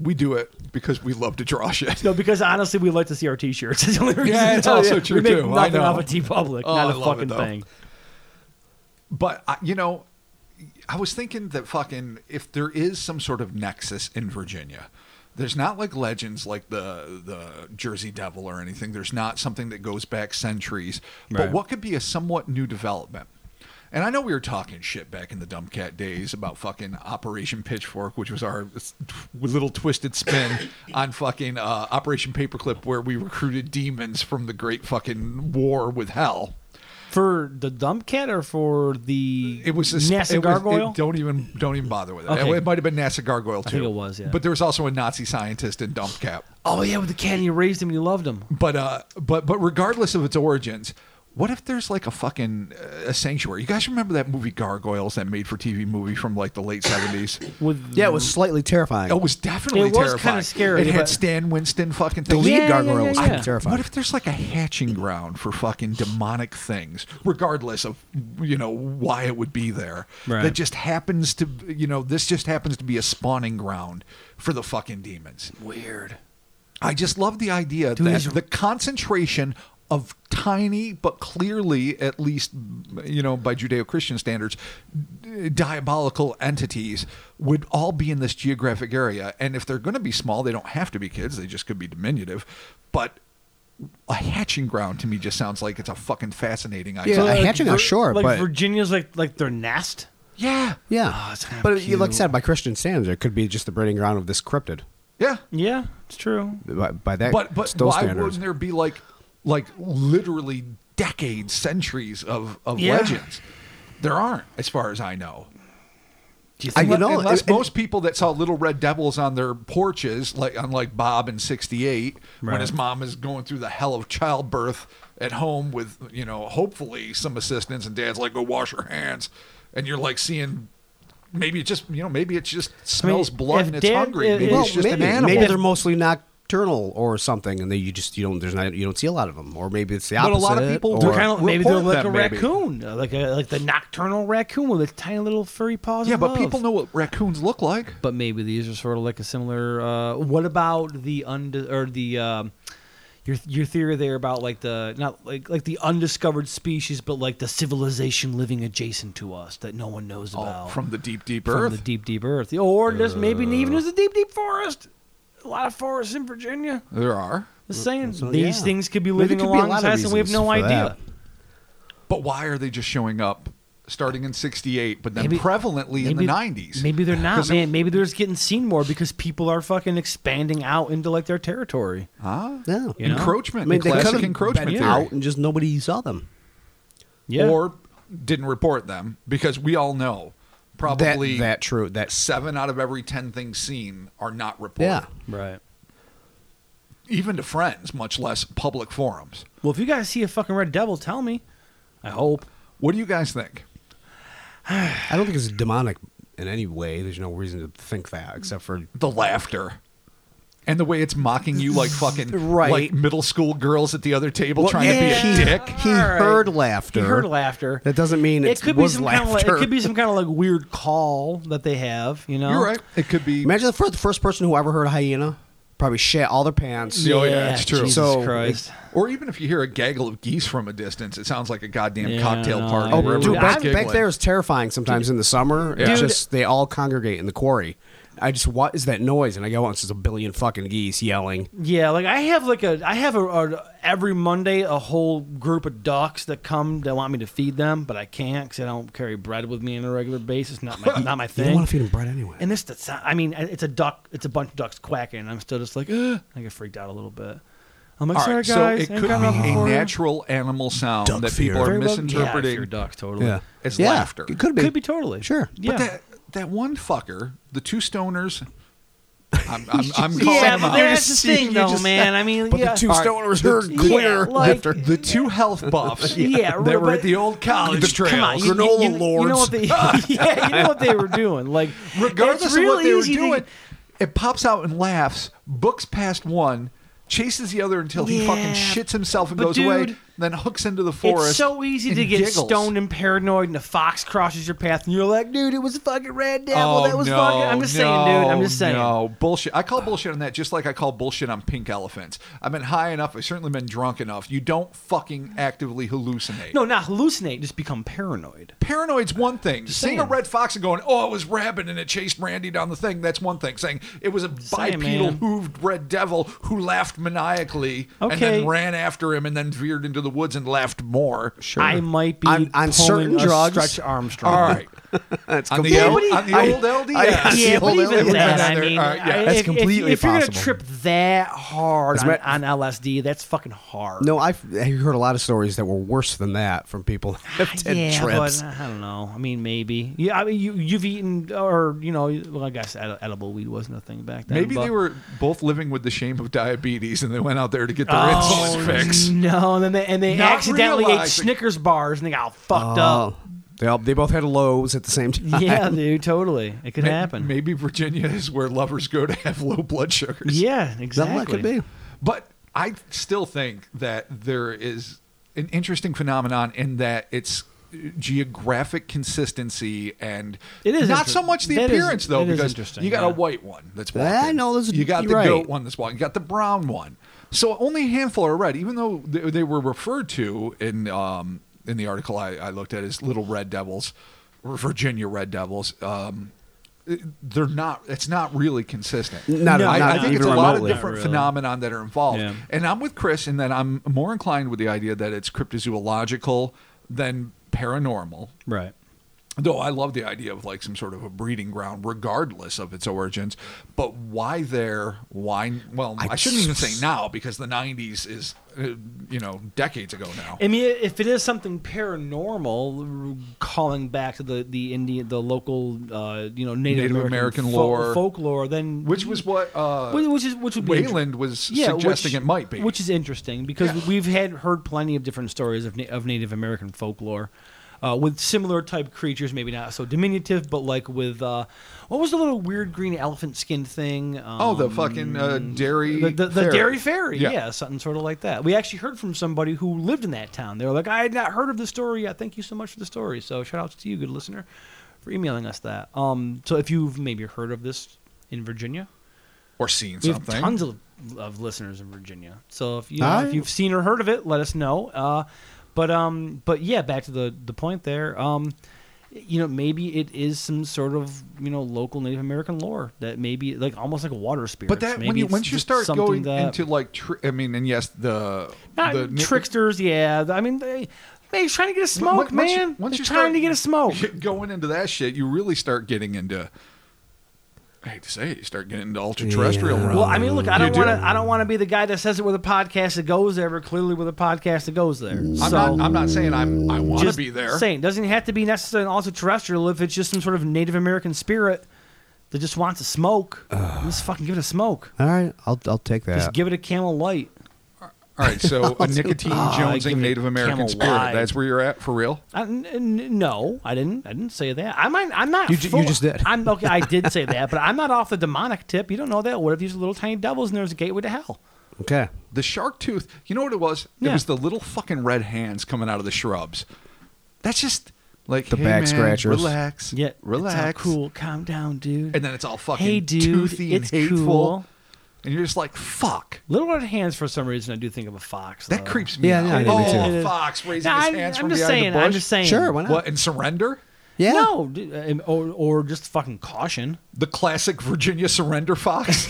we do it because we love to draw shit No, because honestly, we like to see our T-shirts. That's the only reason. Yeah, it's No, also we true, make too. I Nothing know. off of T Public, Oh, I not a love it, fucking though. thing. But I- you know, I was thinking that fucking if there is some sort of nexus in Virginia, there's not like legends like the the Jersey Devil or anything. There's not something that goes back centuries. But Right. what could be a somewhat new development? And I know we were talking shit back in the Dumbcat days about fucking Operation Pitchfork, which was our s- tw- little twisted spin on fucking uh, Operation Paperclip, where we recruited demons from the great fucking war with hell. For the dump cat or for the It was a sp- NASA it was- it- gargoyle. don't even don't even bother with it. Okay. It might have been NASA gargoyle too. think it was, yeah. But there was also a Nazi scientist in Dump Cap. oh yeah, with the cat, and you raised him, and you loved him. But uh, but but regardless of its origins, what if there's like a fucking uh, a sanctuary? You guys remember that movie Gargoyles, that made-for-TV movie from like the late seventies? With yeah, it was slightly terrifying. Oh, it was definitely It was kinda terrifying. scary, It had but- Stan Winston fucking the thing. lead Yeah, yeah, gargoyle yeah, was yeah. fucking terrifying. What if there's like a hatching ground for fucking demonic things, regardless of you know why it would be there? Right. That just happens to you know this just happens to be a spawning ground for the fucking demons. weird. I just love the idea that these are- the concentration of tiny but clearly at least you know by judeo-christian standards d- diabolical entities would all be in this geographic area and if they're going to be small they don't have to be kids they just could be diminutive but a hatching ground to me just sounds like it's a fucking fascinating idea Yeah, a hatching out, sure, like but Virginia's like like their nest. yeah yeah, Oh, it's kinda but you- like I cute. said, by Christian standards, it could be just the breeding ground of this cryptid. yeah Yeah, it's true. By, by that, but but those why standards. wouldn't there be like like literally decades centuries of of Yeah. legends there aren't as far as i know Do you I- think? you Unless, know, unless it- it- most people that saw little red devils on their porches, like unlike Bob in '68, when Right. his mom is going through the hell of childbirth at home with you know hopefully some assistance, and Dad's like, "Go wash your hands," and you're like seeing maybe it just you know maybe it just smells blood if and it's Dad- hungry. if- Maybe well, it's just an maybe, animal. Maybe they're mostly nocturnal or something, and they you just you don't there's not you don't see a lot of them, or maybe it's the But opposite. a lot of people do or, Or Kind of, maybe they're report like them, a maybe. raccoon, uh, like a, like the nocturnal raccoon with its tiny little furry paws. yeah, and but love. people know what raccoons look like. but maybe these are sort of like a similar. Uh, what about the und or the um, your your theory there about like the not like like the undiscovered species, but like the civilization living adjacent to us that no one knows Oh, about from the deep, deep from earth. the deep deep earth, or Uh, just maybe even as the deep deep forest. A lot of forests in Virginia. there are. Just saying, so, these yeah. things could be Maybe living it could be a lot alongside of us, and we have reasons no for idea. that. But why are they just showing up starting in 68, but then Maybe- prevalently in the 90s? Maybe they're not, 'Cause it- man. Maybe they're just getting seen more because people are fucking expanding out into like their territory. Huh? Yeah. You know? Encroachment. I mean, they could classic have encroachment been theory. out and just nobody saw them. Yeah. Or didn't report them because we all know probably that, that true. That's seven out of every 10 things seen are not reported. yeah. right. Even to friends, much less public forums. Well, if you guys see a fucking red devil, tell me. I hope. What do you guys think? I don't think it's demonic in any way. There's no reason to think that except for The laughter. And the way it's mocking you like fucking Right. like middle school girls at the other table trying to be a dick. He All right. heard laughter. He heard laughter. That doesn't mean it, it could be was some kind of laughter. like, it could be some kind of like weird call that they have. You know. You're right. It could be Imagine the first, the first person who ever heard a hyena. probably shat all their pants. Yeah, oh, yeah, it's true. Jesus So- Christ. Or even if you hear a gaggle of geese from a distance, it sounds like a goddamn Yeah, cocktail no, party. I Oh, Yeah, where dude, yeah. everybody's back, back giggling. there is terrifying sometimes in the summer. It's Dude. just they all congregate in the quarry. I just what is that noise? And I go, oh, it's just a billion fucking geese yelling. Yeah, like I have like a I have a, a every Monday a whole group of ducks that come that want me to feed them, but I can't because I don't carry bread with me on a regular basis. Not my not my You don't thing. want to feed them bread anyway. And this, that's not- I mean, it's a duck. It's a bunch of ducks quacking. And I'm still just like, Ugh. I get freaked out a little bit. I'm like, All sorry right, guys, so ain't it could be got nothing a for you." natural animal sound Duck that fear. people are Very well- yeah, I fear misinterpreting. ducks totally. yeah, It's Yeah, laughter. It could be. Could be totally Sure. Yeah. But that that one fucker, the two stoners. I'm, I'm, I'm calling yeah, them but that's out. You the just see- thing, you though, just- man. I mean, yeah. Two All right. stoners are The- clear. Yeah, like- lifter. The two health buffs Yeah, that were but- at the old college trail. Come on, you, Granola you, you, You know what lords. they, yeah, you know what they were doing. Like, regardless it's of real what they were easy to- doing, it pops out and laughs, books past one, chases the other until he Yeah, fucking shits himself and but goes away, dude, then hooks into the forest. It's so easy and to get giggles. stoned and paranoid, and a fox crosses your path, and you're like, dude, it was a fucking red devil. that was fucking. I'm just saying, dude. I'm just saying. Oh, No, bullshit. I call bullshit on that just like I call bullshit on pink elephants. I've been high enough. I've certainly been drunk enough. You don't fucking actively hallucinate. No, not hallucinate, just become paranoid. Paranoid's one thing. Seeing a saying. red fox and going, oh, it was rabid and it chased Randy down the thing, that's one thing. Saying it was a saying, bipedal man. hooved red devil who laughed maniacally and Okay. then ran after him and then veered into the woods and laughed more. Sure. I might be On- pulling on certain a drugs? Stretch Armstrong. All right. on, the Yeah, old, but he- on the I- old LDS. I- Yeah, Yeah, but hold it, even leave it then, down I there. mean, All right, yeah. I- That's if- if- completely If, you're possible. gonna trip that hard As on, a matter- on LSD, that's fucking hard. No, I've I heard a lot of stories that were worse than that from people that have had Ah, yeah, trips. but uh, I don't know. I mean, maybe. Yeah, I mean, you you've eaten or you know, well, I guess ed- edible weed wasn't a thing back then. Maybe but- they were both living with the shame of diabetes and they went out there to get their Oh, insulin fix. No, and then they, and they Not accidentally ate realizing- Snickers bars and they got fucked Oh, they, all, they both had lows at the same up. time. Yeah, dude, totally. It could May- happen. Maybe Virginia is where lovers go to have low blood sugars. Yeah, That exactly. could be. But I still think that there is an interesting phenomenon in that it's geographic consistency and It is not inter- so much the that is- appearance though it is because interesting, you got a yeah. white one that's Ah, walking. no, those- you got the you're right. goat one that's walking. You got the brown one. So only a handful are red, even though they, they were referred to in um, in the article I, I looked at as little red devils or Virginia red devils. Um, they're not. It's not really consistent. Not- I, not I think even it's a lot of remotely. different Not really. phenomenon that are involved. Yeah. And I'm with Chris in that I'm more inclined with the idea that it's cryptozoological than paranormal. Right. Though I love the idea of like some sort of a breeding ground, regardless of its origins. But why there? Why? Well, I, shouldn't even say now because the '90s is, uh, you know, decades ago now. I mean, if it is something paranormal, calling back to the the Indian, the local, uh, you know, Native, Native American lore. folklore, then which was what uh, Which- which is which would be inter- Wayland was suggesting which- it might be. which is interesting because Yeah. we've had heard plenty of different stories of, na- of Native American folklore. Uh, with similar type creatures, maybe not so diminutive, but like with uh, what was the little weird green elephant skin thing? Um, oh, the fucking uh, dairy, the, the, the fairy. dairy fairy, Yeah. yeah. something sort of like that. We actually heard from somebody who lived in that town. They were like, "I had not heard of the story. yet. thank you so much for the story." So shout out to you, good listener, for emailing us that. Um, so if you've maybe heard of this in Virginia, or seen we something. have tons of, of listeners in Virginia. So if you All if right. you've seen or heard of it, let us know. Uh, but um, but yeah, back to the the point there. Um, you know, maybe it is some sort of you know local Native American lore that maybe like almost like a water spirit. But that maybe when you it's once you just start something going that, into like, tr- I mean, and yes, the not the tricksters, yeah. I mean, they, they he's trying to get a Once- smoke, once you- man. once Once you you're trying start- to get a smoke. going into that shit, you really start getting into. I hate to say it, you start getting into ultra terrestrial Yeah. realm. Well, I mean, look, I don't do. want to. I don't want to be the guy that says it with a podcast that goes there, but clearly with a podcast that goes there. I'm so, not. I'm not saying I'm. I want to just be there. Saying doesn't have to be necessarily also terrestrial if it's just some sort of Native American spirit that just wants to smoke. just fucking give it a smoke. All right, I'll, I'll take that. Just give it a Camel Light. All right, so a nicotine jonesing "Ah, give it Native American camel spirit. wide. That's where you're at for real. I, n- n- no, I didn't. I didn't say that. I might. I'm not. You ju- you full- just did. I'm okay. I did say that, but I'm not off the demonic tip. You don't know that. What if these are little tiny devils and there's a gateway to hell? okay. The shark tooth. You know what it was? Yeah. It was the little fucking red hands coming out of the shrubs. That's just like The hey, back man, scratchers. Relax. Yeah, it's all Relax. cool. Calm down, dude. And then it's all fucking hey, dude. toothy and it's hateful. cool. and you're just like, fuck. Little Red Hands, for some reason, I do think of a fox. That though. creeps me Yeah, out. yeah, I do, me oh, too. a fox raising No, his Uh, I'm, hands I'm from just behind saying. the bush. I'm just saying. Sure, why not? What, and surrender? Yeah. No, d- um, or, or just fucking caution. The classic Virginia surrender fox?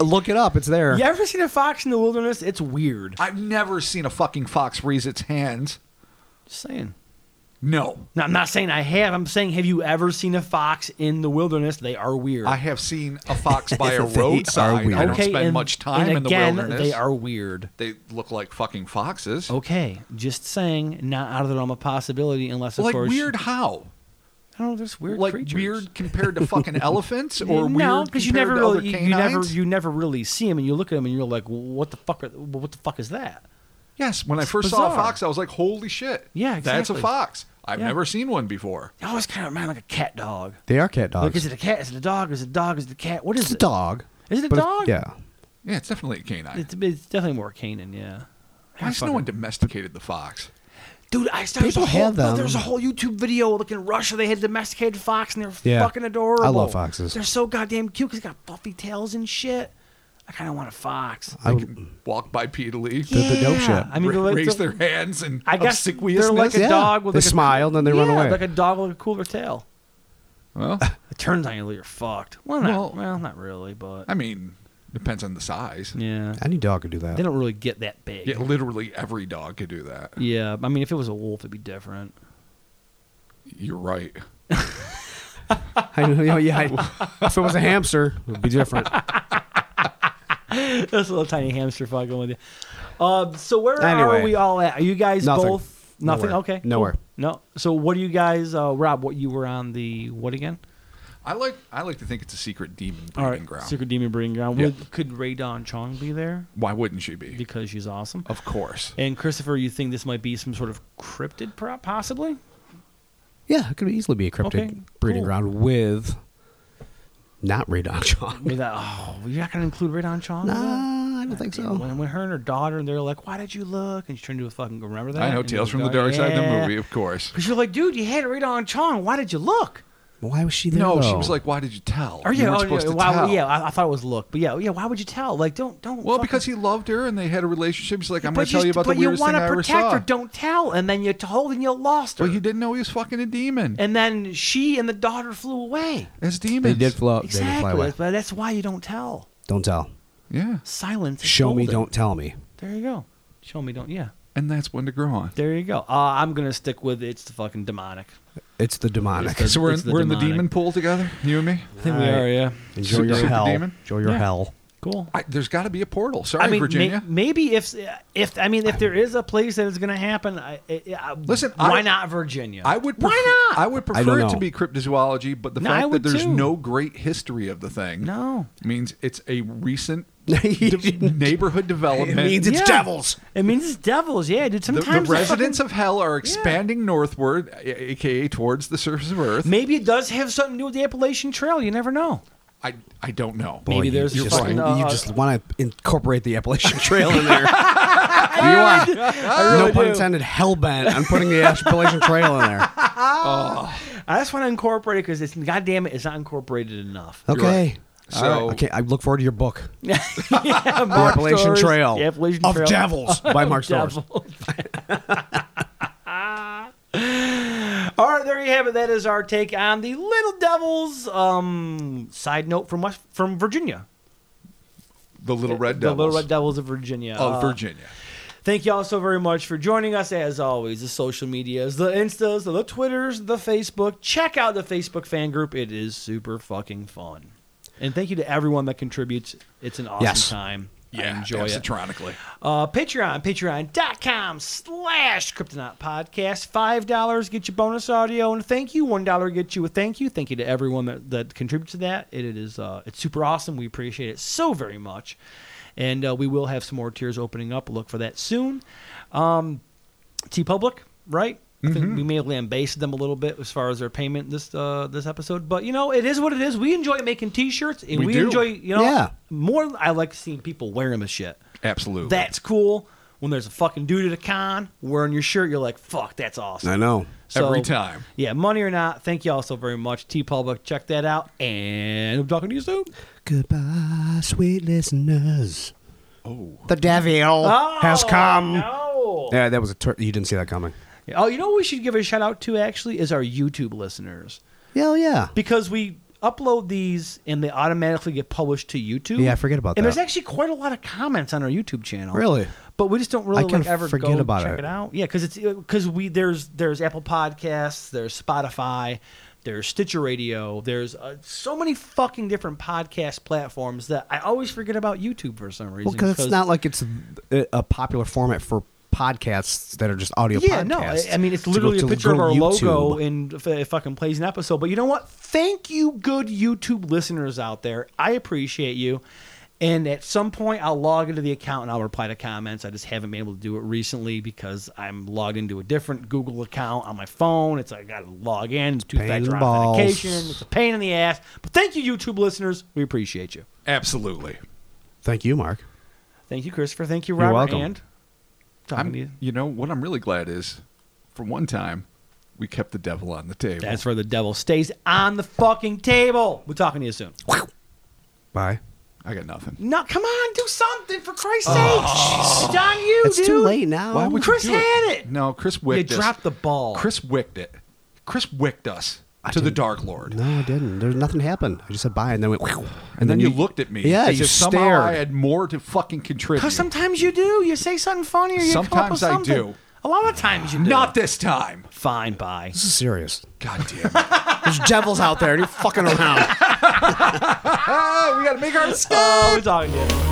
Look it up. It's there. You ever seen a fox in the wilderness? It's weird. I've never seen a fucking fox raise its hands. Just saying. No. No, I'm not saying I have. I'm saying, have you ever seen a fox in the wilderness? They are weird. I have seen a fox by a They are roadside. weird. I don't Okay, spend and- much time and in the again, wilderness. They are weird. They look like fucking foxes. Oh, Okay, just saying, not out of the realm of possibility, unless of like course weird how? I don't know, there's weird like creatures. weird compared to fucking elephants or no, weird compared because you never to really, other you, canines? you never, you never really see them, and you look at them and you're like, well, what the fuck? Are, well, what the fuck is that? yes, when I It's first saw a bizarre. fox, I was like, holy shit. Yeah, That's a exactly. fox. I've Yeah. never seen one before. It always kind of remind like a cat dog. They are cat Like, dogs. is it a cat? Is it a dog? Is it a dog? Is it a cat? What is it's a it? dog. Is it a But it's- dog? Yeah. Yeah, it's definitely a canine. It's, it's definitely more Canaan, yeah. Why has no one domesticated the fox? Dude, I started People a whole, have them. There's a whole YouTube video like in Russia they had domesticated fox and they're Yeah. fucking adorable. I love foxes. They're so goddamn cute because they got fluffy tails and shit. I kind of want a fox. I, Walk bipedally, They're the dope shit. I mean, ra- they're like raise the- their hands, and I guess obsequiousness. they're like a Yeah. dog with They like smile a, and then they run Yeah, away. Like a dog with a cooler tail. well, It turns on you, you're fucked. Well, not Well- well, not really, but I mean, depends on the size. yeah, any dog could do they that. don't really get that big. Yeah, literally every dog could do that. yeah, I mean, if it was a wolf, it'd be different. You're right. I know. Yeah. I- if it was a hamster, it would be different. That's a little tiny hamster fucking with you. Uh, so where Anyway. are we all at? Are you guys Nothing. both nothing? Nowhere. Okay, Nowhere. No. So what do you guys, uh, Rob? What you were on the what again? I like. I like to think it's a secret demon breeding All right, ground. Secret Demon Breeding Ground. Yeah. Would, could Raydon Chong be there Why wouldn't she be? because she's awesome? Of course. And Christopher, you think this might be some sort of cryptid, prop, possibly? Yeah, it could easily be a cryptid Okay, breeding cool. ground with not radon John. With that, oh, you're not gonna include Raydon Chong? in that? Nah, I don't think so. When, when her and her daughter and they're like, "Why did you look?" and she turned into a fucking remember that? I know And Tales it from the was Dark Side, the yeah. movie, of course. Because you're like, dude, you had Raydon Chong. Why did you look? Why was she there? No, she though? was like, "Why did you tell? Oh you yeah, weren't oh, supposed yeah, to why- tell." yeah. I, I thought it was look, but yeah, yeah. Why would you tell? Like, don't, don't. Well, fucking- because he loved her, and they had a relationship. He's like, "I'm going But to tell you about the but you weirdest thing wanna I ever protect saw." her, don't tell, and then you told and you lost her. well, you didn't know he was fucking a demon. and then she and the daughter flew away. As they demons, did flow. They did fly Exactly, away. but that's why you don't tell. Don't tell. Yeah, Silence. is Show me. golden. Don't tell me. There you go. Show me. Don't. Yeah. and that's one to grow on. There you go. Uh, I'm gonna stick with it's the fucking demonic. It's the demonic. It's So we're in, the we're in the demonic. demon pool together, you and me. I think All we right. are. Yeah. Enjoy Super- your Super hell. demon? Enjoy your Yeah. hell. Cool. I, there's got to be a portal. Sorry, I mean, may- Virginia. maybe if if I mean if there is a place that is going to happen, I, I, I, Listen, why I- not Virginia? I would. Prefer, why not? I would I don't prefer it to know. be cryptozoology, but the No, I fact that would there's too. no great history of the thing No. means it's a recent de- it neighborhood development. means it's Yeah. devils. It means it's devils, yeah, dude. the, Sometimes the fucking- residents of hell are expanding northward, a- aka towards the surface of Earth. maybe it does have something to do with the Appalachian Trail. You never know. I I don't know. Maybe you there's just fucking, want- you uh, just want to incorporate the Appalachian Trail in there. I really do. I no really pun do. intended. Hell bent on putting the Appalachian Trail in there. I just want to incorporate it because it's goddamn it, it's not incorporated enough. Okay. You're right. All right. So- Okay. I look forward to your book, Yeah, The Appalachian Trail, the Appalachian of Trail. Devils by Mark Storrs. Devil. All right, there you have it. That is our take on the Little Devils. Um, side note from West, from Virginia, The little red the devils Little Red Devils of Virginia. of Uh, Virginia. Thank you all so very much for joining us. As always, the social medias, the Instas, the Twitters, the Facebook. Check out the Facebook fan group. It is super fucking fun. And thank you to everyone that contributes. It's an awesome Yes. time. Yeah, I enjoy it. absolutronically. Uh, Patreon, patreon.com slash kryptonaut podcast. $5 get you bonus audio and a thank you. $1 get you a thank you. Thank you to everyone that, that contributes to that. It, it is, uh, it's super awesome. We appreciate it so very much. And uh, we will have some more tiers opening up. Look for that soon. Um, T Public, right? I Mm-hmm. think we may have lambasted them a little bit as far as their payment this uh, this episode, but you know it is what it is. We enjoy making T-shirts, and We we, do. enjoy you know Yeah. more. I like seeing people wear them as shit. Absolutely. That's cool. When there's a fucking dude at a con wearing your shirt, you're like, fuck, that's awesome. I know. Every time. Yeah, money or not, thank you all so very much. T Public, check that out. And I'm talking to you soon. Goodbye, sweet listeners. Oh. The devil has come. Oh, No. Yeah, that was a tur- you didn't see that coming. Oh, you know what we should give a shout out to actually is our YouTube listeners. Yeah, oh, yeah. Because we upload these and they automatically get published to YouTube. Yeah, I forget about and that. there's actually quite a lot of comments on our YouTube channel. Really? But we just don't really I kinda like ever forget go about check it. it. out. Yeah, because it's because we there's there's Apple Podcasts, there's Spotify, there's Stitcher Radio, there's uh, so many fucking different podcast platforms that I always forget about YouTube for some reason. Well, because it's not like it's a, a popular format for podcasts that are just audio yeah, podcasts. no. I, I mean, it's To go literally a to picture of go our YouTube. logo and if it fucking plays an episode. But you know what? Thank you, good YouTube listeners out there. I appreciate you. And at some point, I'll log into the account and I'll reply to comments. I just haven't been able to do it recently because I'm logged into a different Google account on my phone. It's I got to log in, two in factor the balls. authentication. It's a pain in the ass. But thank you, YouTube listeners. We appreciate you. Absolutely. Thank you, Mark. Thank you, Christopher. Thank you, You're Robert. welcome. And talking to you. I'm, you know, what I'm really glad is, for one time, we kept the devil on the table. That's where the devil stays on the fucking table. We're talking to you soon. Bye. I got nothing. No, come on, do something for Christ's sake. It's on you, It's dude. too late now. Why would you Chris do had it. No, Chris You wicked us. dropped the ball. Chris wicked it. Chris wicked us to the didn't- Dark Lord. No, I didn't. There's nothing happened. I just said bye, and then went. And, And then, you looked at me. Yeah, as you if stared. somehow I had more to fucking contribute. Because sometimes you do. You say something funny or you come up with Sometimes I something. do. A lot of times you do. Not this time. Fine, bye. This is serious. God damn it. There's devils out there, and you're fucking around. Oh, we're talking to you.